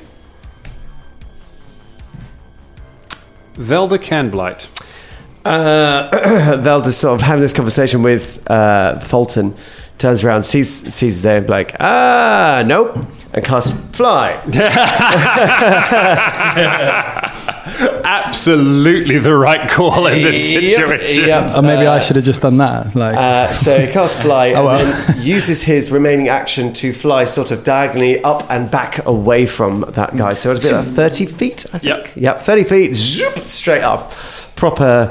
Velda Canblight. uh, [clears throat] Velda's sort of having this conversation with uh, Fulton, turns around, sees sees them, like, ah, nope, and casts fly. [laughs] Absolutely the right call in this situation. Yep. Or maybe I should have just done that. Like, Uh, so he [laughs] casts fly and Oh, well. then uses his remaining action to fly sort of diagonally up and back away from that guy. So it's about 30 feet, I think. Yep. Yep, 30 feet, zoop, straight up. Proper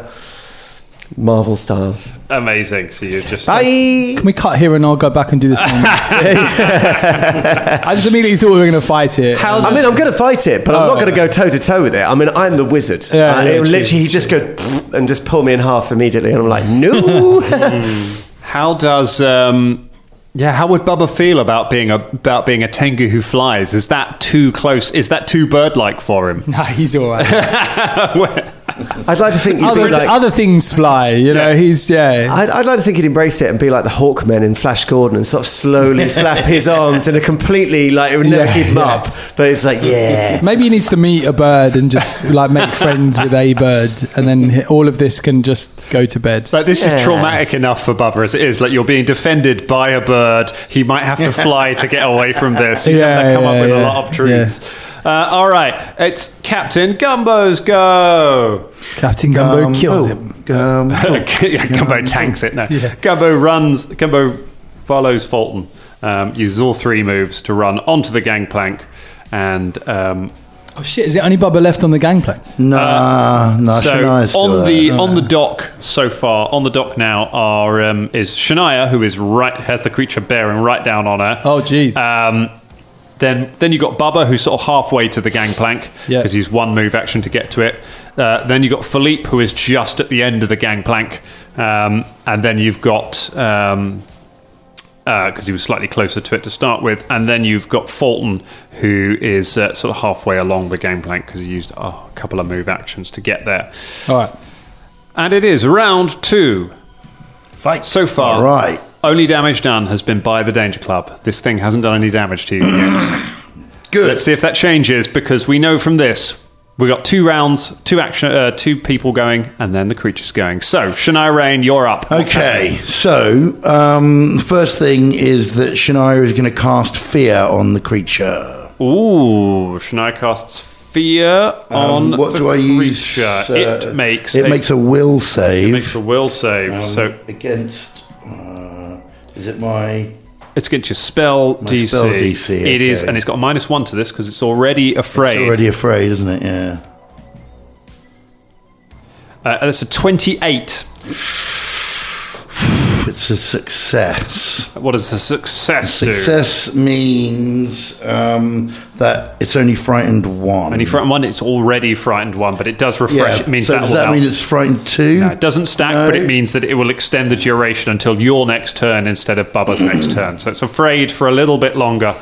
Marvel style. Amazing. So you're just Bye. Can we cut here and I'll go back and do this one? I just immediately thought we were going to fight it. How I mean, I'm going to fight it, but I'm not going to go toe to toe with it. I mean, I'm the wizard. Oh. Yeah, Uh, yeah, it would true. literally, he just go [laughs] "Pfft," and just pull me in half immediately, and I'm like, no. [laughs] How does um yeah, how would Bubba feel about being a about being a Tengu who flies? Is that too close? Is that too bird like for him? Nah, he's all right. I'd like to think you'd other, be like. other things fly, you know. He's yeah. I'd, I'd like to think he'd embrace it and be like the Hawkmen in Flash Gordon and sort [laughs] of slowly flap his arms in a completely like it would never Yeah, keep him yeah. up, but it's like yeah. Maybe he needs to meet a bird and just like make friends with a bird, and then he- all of this can just go to bed. Like this is Yeah. traumatic enough for Bubba as it is. Like you're being defended by a bird. He might have to fly to get away from this. He's yeah, Yeah, to come yeah, up with a yeah, lot of truths. Uh, all right, it's Captain Gumbo's go. Captain Gumbo kills him. Oh. [laughs] Yeah, [laughs] Gumbo tanks it now. Gumbo runs. Gumbo follows Fulton. Um, uses all three moves to run onto the gangplank, and um, Oh shit! Is there only Bubba left on the gangplank? Nah, nah, so Shania is still on there. the on the dock so far on the dock now are um, is Shania who is right has the creature bearing right down on her. Oh jeez. Um, then then you got Bubba, who's sort of halfway to the gangplank because Yeah. he's one move action to get to it. Uh, then you got Philippe, who is just at the end of the gangplank, um, and then you've got. Um, because he was slightly closer to it to start with, and then you've got Fulton, who is uh, sort of halfway along the gangplank because he used oh, a couple of move actions to get there. all right. And it is round two. Fight. So far, All right. only damage done has been by the Danger Club. This thing hasn't done any damage to you yet. Good. Let's see if that changes because we know from this we got two rounds, two action, uh, two people going, and then the creatures going. So Shania Rain, you're up. Okay, so um, first thing is that Shania is going to cast fear on the creature. Ooh, Shania casts fear on Um, what the do I use? creature. uh, it makes it makes a Um, will save makes a will save. so against. Uh, is it my? It's against your spell DC. spell DC, It is, okay. and it's got a minus one to this because it's already It's afraid. already afraid, isn't it? Yeah. Uh, that's a twenty-eight. It's a success. What does the success, do? Success means um, that it's only frightened one. Only frightened one. It's already frightened one, but it does refresh. It means so that does will that help. mean it's frightened two? No, it doesn't stack, but it means that it will extend the duration until your next turn instead of Bubba's next turn. So it's afraid for a little bit longer.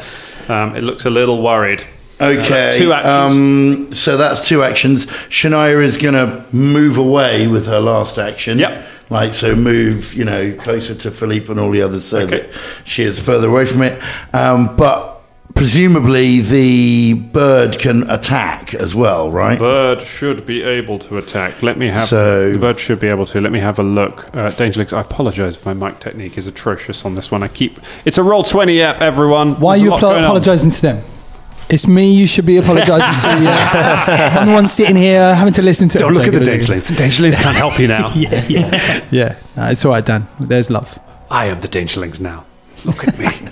Um, it looks a little worried. Uh, Okay. that's two actions. Um, so that's two actions. Shania is going to move away with her last action. Yep. Like, so move, you know, closer to Philippe and all the others so Okay. that she is further away from it. Um, but presumably the bird can attack as well, right? Bird should be able to attack. Let me have. So- the bird should be able to. Let me have a look. Uh, Dangerlix, I apologise if my mic technique is atrocious on this one. I keep. It's a roll 20 app, everyone. Why are There's a you lot apolo- going on. apologising to them? It's me. You should be apologising to. [laughs] Yeah. I'm the one sitting here having to listen to. Don't it. look at the Dangerlings. Dangerlings. The Dangerlings can't help you now. Yeah, [laughs] yeah, yeah. No, it's all right, Dan. There's love. I am the Dangerlings now. Look at me. [laughs]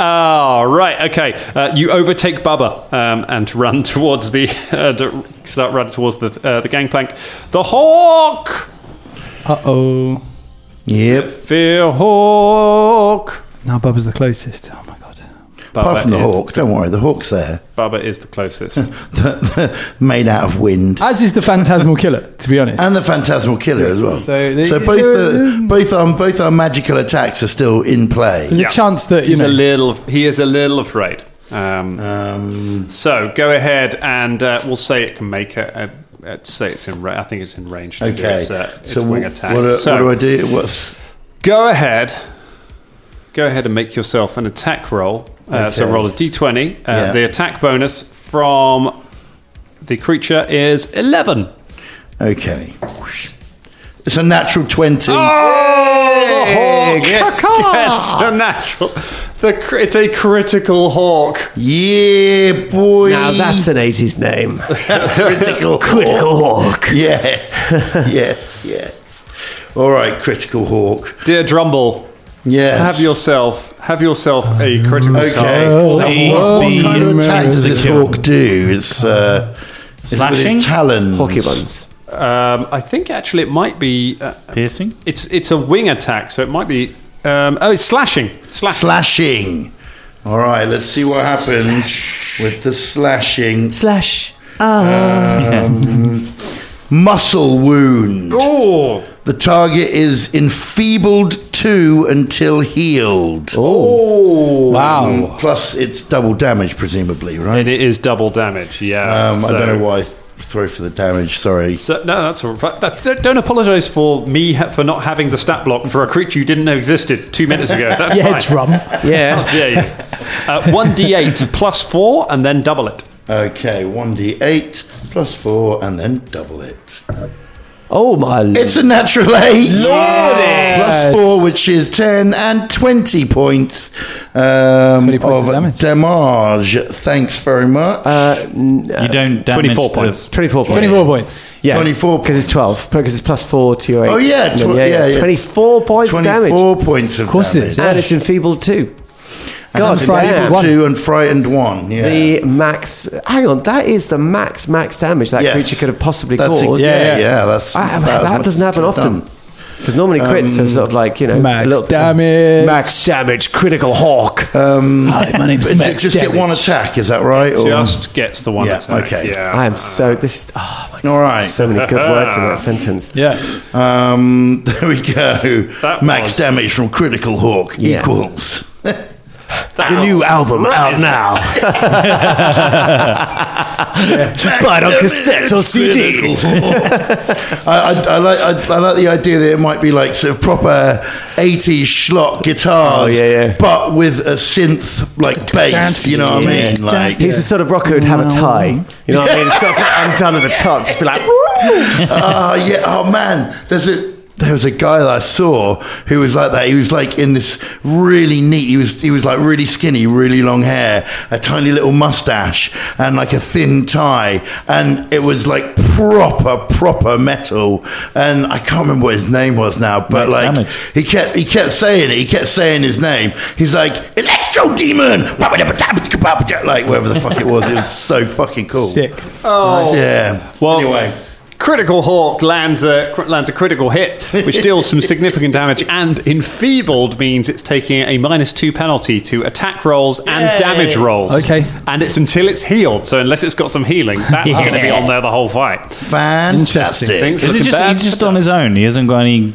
Ah, right. Okay. Uh, you overtake Bubba um, and run towards the. [laughs] Uh, d- start run towards the uh, the gangplank. The Hawk! Uh oh. Yep. Fear Hawk! Now Bubba's the closest. Oh my god. Apart from the is- hawk, don't worry, the hawk's there. [laughs] Bubba is the closest. Made out of wind. As is the phantasmal killer, to be honest. And the phantasmal killer as well. So they- both the, both our both our magical attacks are still in play. There's a chance that you He's a know. little. He is a little afraid. Um, Uh. so go ahead and uh, we'll say it can make a. a let's say it's in. Ra- I think it's in range. To do Okay. its, uh, its so wing what, attack. what do- so what do I do? What's go ahead. Go ahead and make yourself an attack roll. Uh, So Okay. roll a d20. Uh, Yeah. The attack bonus from the creature is eleven. Okay. It's a natural 20. Ah! Oh, Yes, [laughs] yes, a natural. The, cr- it's a critical hawk. Yeah, boy. Now that's an [laughs] '80s name. critical. Critical hawk. Hawk. Yes. yes, yes. All right, critical hawk. Dear Drumble, Yes. Mm. Have yourself, have yourself a critical Okay. soul. Now, what, what kind of attacks does this hawk do? It's uh, is it with Slashing? his talons. Hawky buns. Um, I think actually it might be. Uh, Piercing? it's it's a wing attack, so it might be. Um, oh, it's slashing. Slashing. Slashing. All right, let's see what happens with the slashing. Um, Slash. Muscle wound. oh, The target is enfeebled two until healed. Wow. Mm, Plus, it's double damage, presumably, right? and Oh. it is double damage. Yeah. Um, I so- don't know why I th- throw for the damage. Sorry. So, no, that's all right. That's, don't, don't apologise for me ha- for not having the stat block for a creature you didn't know existed two minutes ago. That's [laughs] Yeah, fine. drum. How [laughs] Yeah. dare you? Uh, One d8 plus four, and then double it. Okay, 1d8 plus 4 and then double it. Oh my. It's a natural 8! Plus Yes. 4, which is 10 and 20 points, um, 20 points of of damage. damage. Thanks very much. Uh, you don't damage 24 the- points. 24 points. 24 points. [laughs] Yeah. 24 Because it's 12. Because it's plus 4 to your 8. Oh, yeah, And then, tw- yeah, yeah. 24 points 24 damage. points of, course it damage. is. And it's enfeebled 2. God, frightened damn. one. 2 and frightened 1. Yeah. The max. Hang on, that is the max max damage that Yes. creature could have possibly That's ex- caused. yeah, yeah, that's I- I- about as that much doesn't as happen could've often. done. Because normally Um, crits are sort of like, you know, Max a little- damage. Max damage, critical hawk. Uh, Hi, my name's Is it Max just get Damage. one attack, is that right? Or? Just gets the one. Yeah, attack. okay. Yeah. I am so. This is. Oh, my God. All right. [laughs] So many good words in that sentence. Yeah. Um, [laughs] there we go. That Max was- damage from Critical Hawk Yeah. equals. The new album Oh, out now. Buy it on cassette or CD. [laughs] I, I, I, like, I, I like the idea that it might be like sort of proper 80s schlock guitars, Oh, yeah, yeah. but with a synth like bass. You know what I mean? Like, He's the sort of rocker who'd have a tie. You know what I mean? So I'm done at the top. Just be like, Oh yeah. Oh man, there's a there was a guy that I saw who was like that. He was like in this really neat. He was he was like really skinny, really long hair, a tiny little mustache, and like a thin tie. And it was like proper proper metal. And I can't remember what his name was now, but Max like Damage. he kept he kept saying it. He kept saying his name. He's like Electro Demon, like whatever the fuck it was. It was so fucking cool. Sick. Yeah. Well, anyway. Critical Hawk lands a, cr- lands a critical hit, which deals some significant damage, and enfeebled means it's taking a minus two penalty to attack rolls and damage rolls. Okay. And it's until it's healed, so unless it's got some healing, [laughs] that's going to be on there the whole fight. Fantastic. Things Is looking it just, bad. he's just on his own. He hasn't got any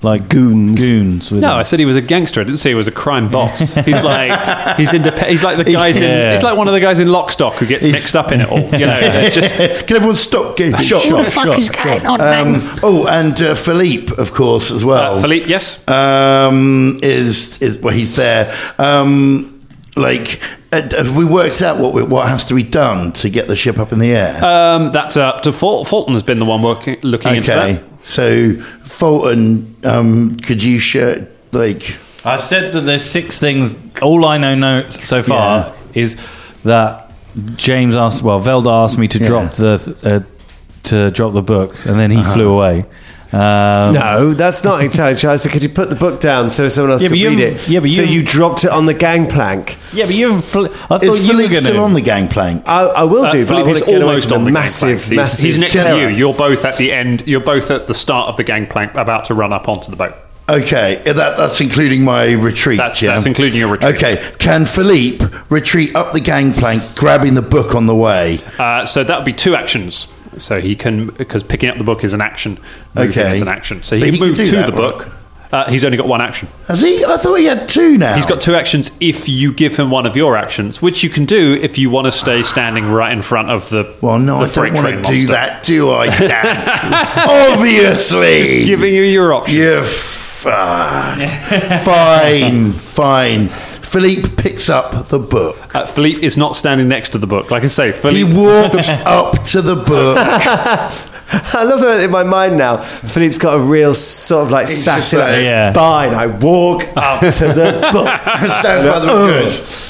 like goons. Goons. With No, him. [laughs] I said he was a gangster. I didn't say he was a crime boss. He's like he's indep- He's like the guys in. Yeah. He's like one of the guys in Lockstock who gets mixed up in it all. You know, it's just [laughs] Can everyone stop getting shot? What the fuck is going on, man? Oh, and uh, Philippe, of course, as well. uh, Philippe. Yes, um, is is well, he's there. Um, like, uh, have we worked out what we, what has to be done to get the ship up in the air? um, that's up to Ful- Fulton. Has been the one working, looking into okay, that. so Fulton, um, could you share like? I've said that there's six things. All I know, know so far is that James asked. Well, Velda asked me to drop the uh, to drop the book, and then he flew away. Um, no, that's not entirely true. I said, could you put the book down so someone else Yeah, could but you read haven't- it? yeah, but so you- you dropped it on the gangplank. Yeah, but you. haven't Fl- I thought Is you were Philippe going still on to. the gangplank? I, I will Uh, do, but I Philippe want is to get away almost from on the the massive, gangplank. He's- massive. He's, next terror. to you. You're both at the end. You're both at the start of the gangplank, about to run up onto the boat. Okay, uh, that that's including my retreat. That's- yeah? that's including your retreat. Okay, can Philippe retreat up the gangplank, grabbing the book on the way? Uh, so that would be two actions. So he can because picking up the book is an action. Moving Okay. is an action. So he But can he can move do to that, the right? book. Uh, he's only got one action. Has he? I thought he had two now. He's got two actions if you give him one of your actions, which you can do if you want to stay standing right in front of the. Well, no, the I don't freight want to train do monster. that, do I, Dan? [laughs] Obviously. Just giving you your option. You fuck. uh, fine, fine. Philippe picks up the book. Uh, Philippe is not standing next to the book. Like I say, [laughs] He Philippe. walks up to the book. [laughs] I love that in my mind now. Philippe's got a real sort of like He's just sassy. like- Oh. Yeah. Fine, I walk [laughs] up to the book. Stands by the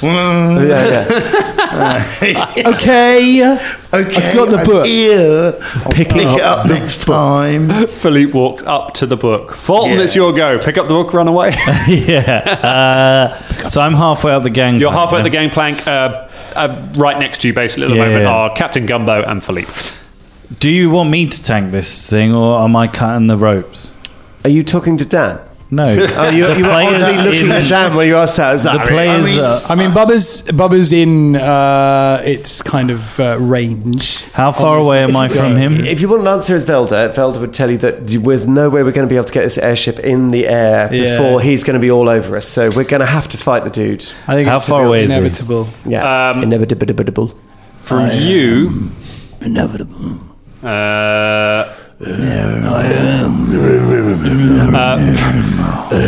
Uh, book. Yeah, yeah. Okay. Okay, I've got the I'm book. Here. I'll pick it up next time. Philippe walks up to the book. Fulton, Yeah. it's your go. Pick up the book, run [laughs] away. yeah. Uh, so I'm halfway up the gang. You're halfway at the gangplank, uh, uh, right next to you, basically, at the Yeah, moment, yeah. are Captain Gumbo and Philippe. Do you want me to tank this thing, or am I cutting the ropes? Are you talking to Dan? No. Oh, you, you were players oddly looking in- at Dan when you asked that. I was the like, players. mean- uh, I mean, Bubba's Bubba's in uh, its kind of uh, range. how far away am I from him? If you want an answer as Velda, Velda would tell you that there's no way we're going to be able to get this airship in the air Yeah. before he's going to be all over us. So we're going to have to fight the dude. I think How it's far away is he? inevitable. Yeah, Um, inevitable. From you. Inevitable. Uh,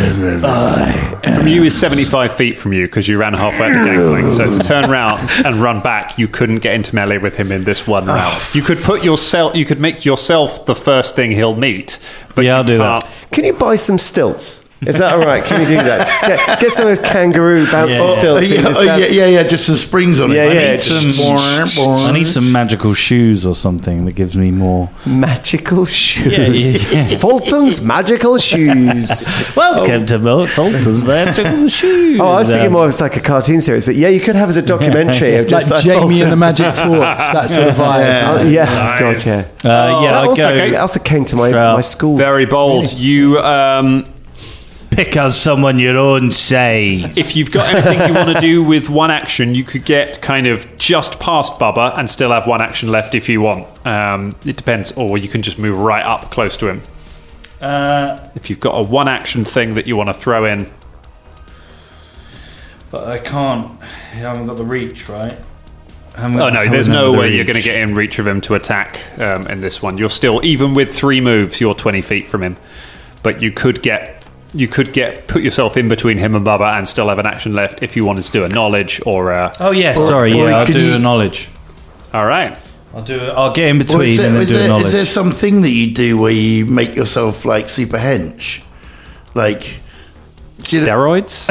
uh, from you is 75 feet from you because you ran halfway up the gangway. So to turn round and run back, you couldn't get into melee with him in this one round. Oh. You could put yourself, you could make yourself the first thing he'll meet. But Yeah, you I'll do that. can't- Can you buy some stilts? Is that all right? Can you do that? Just get, get some of those kangaroo bouncing Yeah. Oh, stilts. and yeah, just oh, yeah, bounce- yeah, yeah, just some springs on Yeah, it. yeah, Some, I need some magical shoes or something that gives me more. Magical shoes. yeah, [laughs] Fulton's magical shoes. Welcome to Mort Fulton's magical shoes. Oh, I was thinking more of it's like a cartoon series, but yeah, you could have it as a documentary of Like just Jamie and the Fulton. Magic Torch, that sort of vibe. Oh, yeah, God, Nice. yeah. [laughs] Uh, yeah, that, I author, go that author came to my, Well, my school. Very bold. You, um, pick out someone your own size. if you've got anything you want to do with one action, you could get kind of just past Bubba and still have one action left if you want. Um, it depends, or you can just move right up close to him. Uh, if you've got a one action thing that you want to throw in, But I can't. I haven't got the reach, right? oh no, there's no way you're going to get in reach of him to attack um, in this one. You're still even with three moves, you're 20 feet from him, but you could get. You could get put yourself in between him and Bubba and still have an action left if you wanted to do a knowledge or a. Oh yeah, sorry. or Yeah, I'll could do you- the knowledge. All right. I'll do. it. I'll get in Well, between is, there, and then is, do a there, is knowledge. there something that you do where you make yourself like super hench? Like, Did it- Steroids?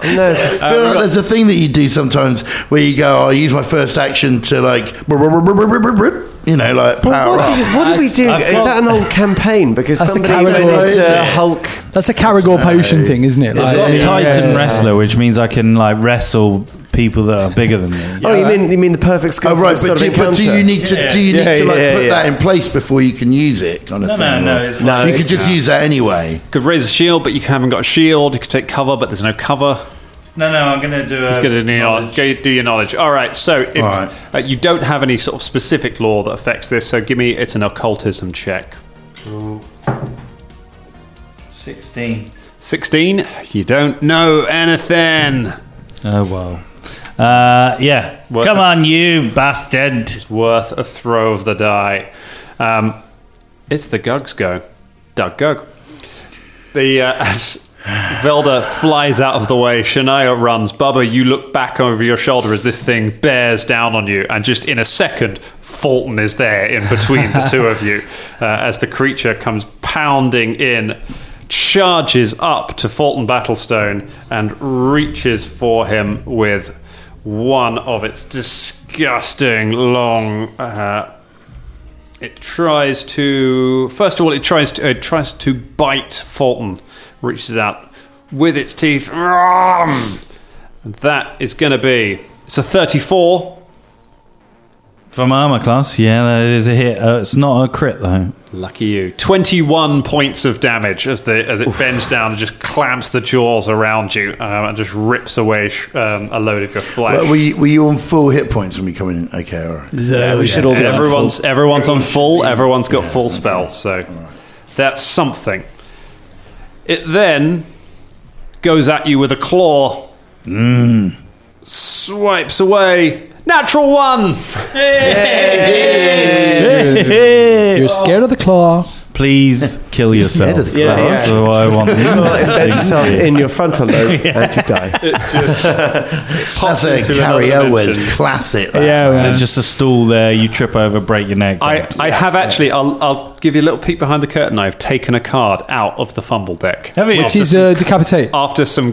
No, it's- I feel like there's a thing that you do sometimes where you go, oh, I use my first action to like, you know, like But power what, do up. you, what do we do? I've Is got- that an old campaign? Because That's a somebody Caragor, went isn't into it? Hulk. That's a Caragor potion thing, isn't it? Like, it? I'm Yeah, Titan wrestler, which means I can like wrestle people that are bigger than me. Oh, you mean you mean the perfect skill? Oh for right, this but sort do, of but do you encounter? need to do you need Yeah, to like yeah, put yeah. that in place before you can use it, kind of No, thing? no, no. or- It's like, you could just use that anyway. could raise a shield, but you haven't got a shield. You could take cover, but there's no cover. no, no. I'm gonna do a. Go to your knowledge. Go do your knowledge. All right. So if All right. Uh, you don't have any sort of specific law that affects this, so give me it's an occultism check. Sixteen. Sixteen. You don't know anything. Oh wow. Uh, yeah. What- Come on, you bastard. Worth a throw of the die. Um, it's the Gugs go. Doug Gug. The uh, [laughs] as Velda flies out of the way. Shania runs. Bubba, you look back over your shoulder as this thing bears down on you, and just in a second, Fulton is there in between the two of you uh, as the creature comes pounding in, charges up to Fulton Battlestone, and reaches for him with one of its disgusting long. Uh, it tries to. First of all, it tries to. It tries to bite Fulton. Reaches out with its teeth. Rawr! And that is going to be. It's a 34. From armor class, yeah, that is a hit. Uh, it's not a crit though. Lucky you. 21 points of damage as the as it bends down and just clamps the jaws around you um, and just rips away sh- um, a load of your flesh. Well, were, you, were you on full hit points when we come in? Okay, all right. Oh, we should all everyone's everyone's on full. Everyone's got full spells, so that's something. It then goes at you with a claw, Mm. swipes away. Natural one. You're scared of the claw. Please kill yourself. of the That's what I [laughs] want. Well, it embeds itself in your frontal lobe and you die. That's a into another Carrie Elwes dimension. classic. Yeah, man. There's just a stool there. You trip over, break your neck. I, I have actually. I'll, I'll give you a little peek behind the curtain. I've taken a card out of the fumble deck. Have you? Which is uh, decapitate. Oh. after some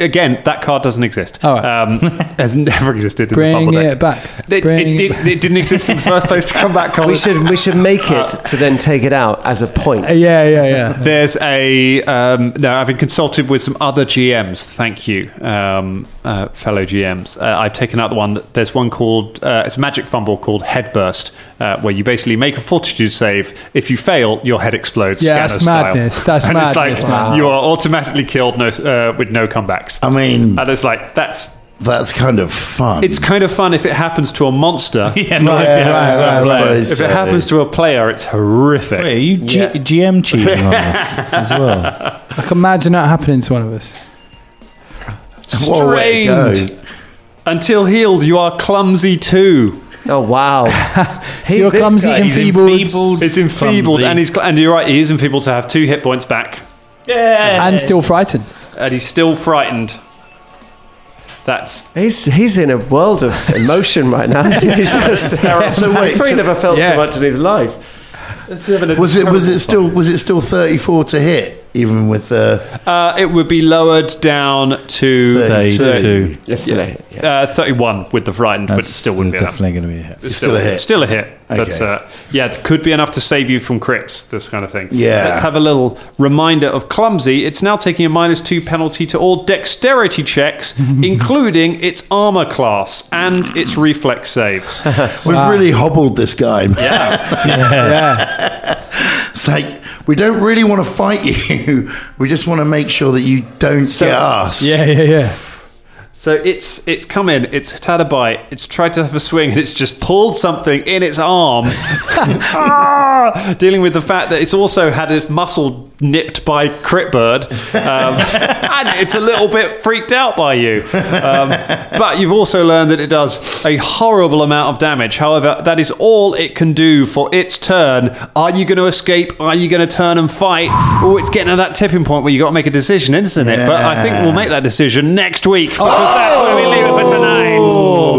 again that card doesn't exist All right. um, [laughs] has never existed in Bring the fumble deck. it back. it, Bring it, it did, back. [laughs] it didn't exist in the first place to come back on We should we should make it to then take it out as a point. Uh, yeah, Yeah, yeah, yeah. There's a um, no. Having consulted with some other GMs, thank you, um, uh, fellow GMs. Uh, I've taken out the one. That, there's one called uh, it's a magic fumble called Headburst, uh, where you basically make a fortitude save. If you fail, your head explodes. Yeah, that's scanner style. madness. That's [laughs] and madness, It's like man. you are automatically killed no, uh, with no comebacks. I mean, and it's like that's. that's kind of fun. It's kind of fun if it happens to a monster. Yeah, no, [laughs] yeah, right, right, Right. right. If it happens to a player, it's horrific. Wait, are you G- GM [laughs] cheating on us as well? I can imagine that happening to one of us. What a way to go. Strained. Until healed, you are clumsy too. Oh wow! So you're this clumsy, guy, he's enfeebled, enfeebled. It's enfeebled, Clumsy. and he's cl- and you're right. He is enfeebled to have two hit points back, and still frightened. and he's still frightened. That's He's he's in a world of [laughs] emotion right now. he's just, So wait, [laughs] he's probably so- never felt yeah. so much in his life. Was it was it still was it still thirty four to hit even with the uh, it would be lowered down to Thirty two. Yesterday, yeah. uh, thirty-one with the frightened, but it still wouldn't be enough. definitely going to be a hit. It's still a hit. Still a hit. But Okay. uh, yeah, it could be enough to save you from crits. This kind of thing. Yeah. Let's have a little reminder of clumsy. It's now taking a minus two penalty to all dexterity [laughs] checks, including its armor class and its reflex [laughs] saves. we've really hobbled this guy. [laughs] Yeah. It's like we don't really want to fight you. [laughs] We just want to make sure that you don't get us. Yeah, yeah, yeah. So it's it's come in, it's had a bite, it's tried to have a swing, and it's just pulled something in its arm. [laughs] Ah! Dealing with the fact that it's also had its muscle nipped by Crit Bird, um, and it's a little bit freaked out by you. Um, but you've also learned that it does a horrible amount of damage. However, that is all it can do for its turn. Are you going to escape? Are you going to turn and fight? Oh, it's getting to that tipping point where you got to make a decision, isn't it? But I think we'll make that decision next week because that's where we leave it for tonight. Oh,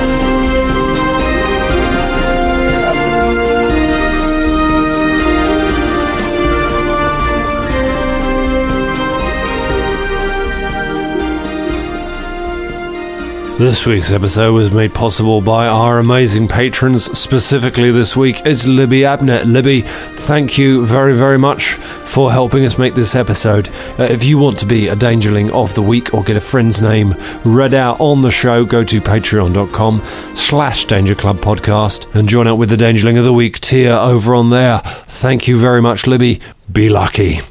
This week's episode was made possible by our amazing patrons. Specifically, this week is Libby Abner. Libby, thank you very, very much for helping us make this episode. Uh, if you want to be a Dangerling of the Week or get a friend's name read out on the show, go to patreon.com slash Danger Club Podcast and join up with the Dangerling of the Week tier over on there. Thank you very much, Libby. Be lucky.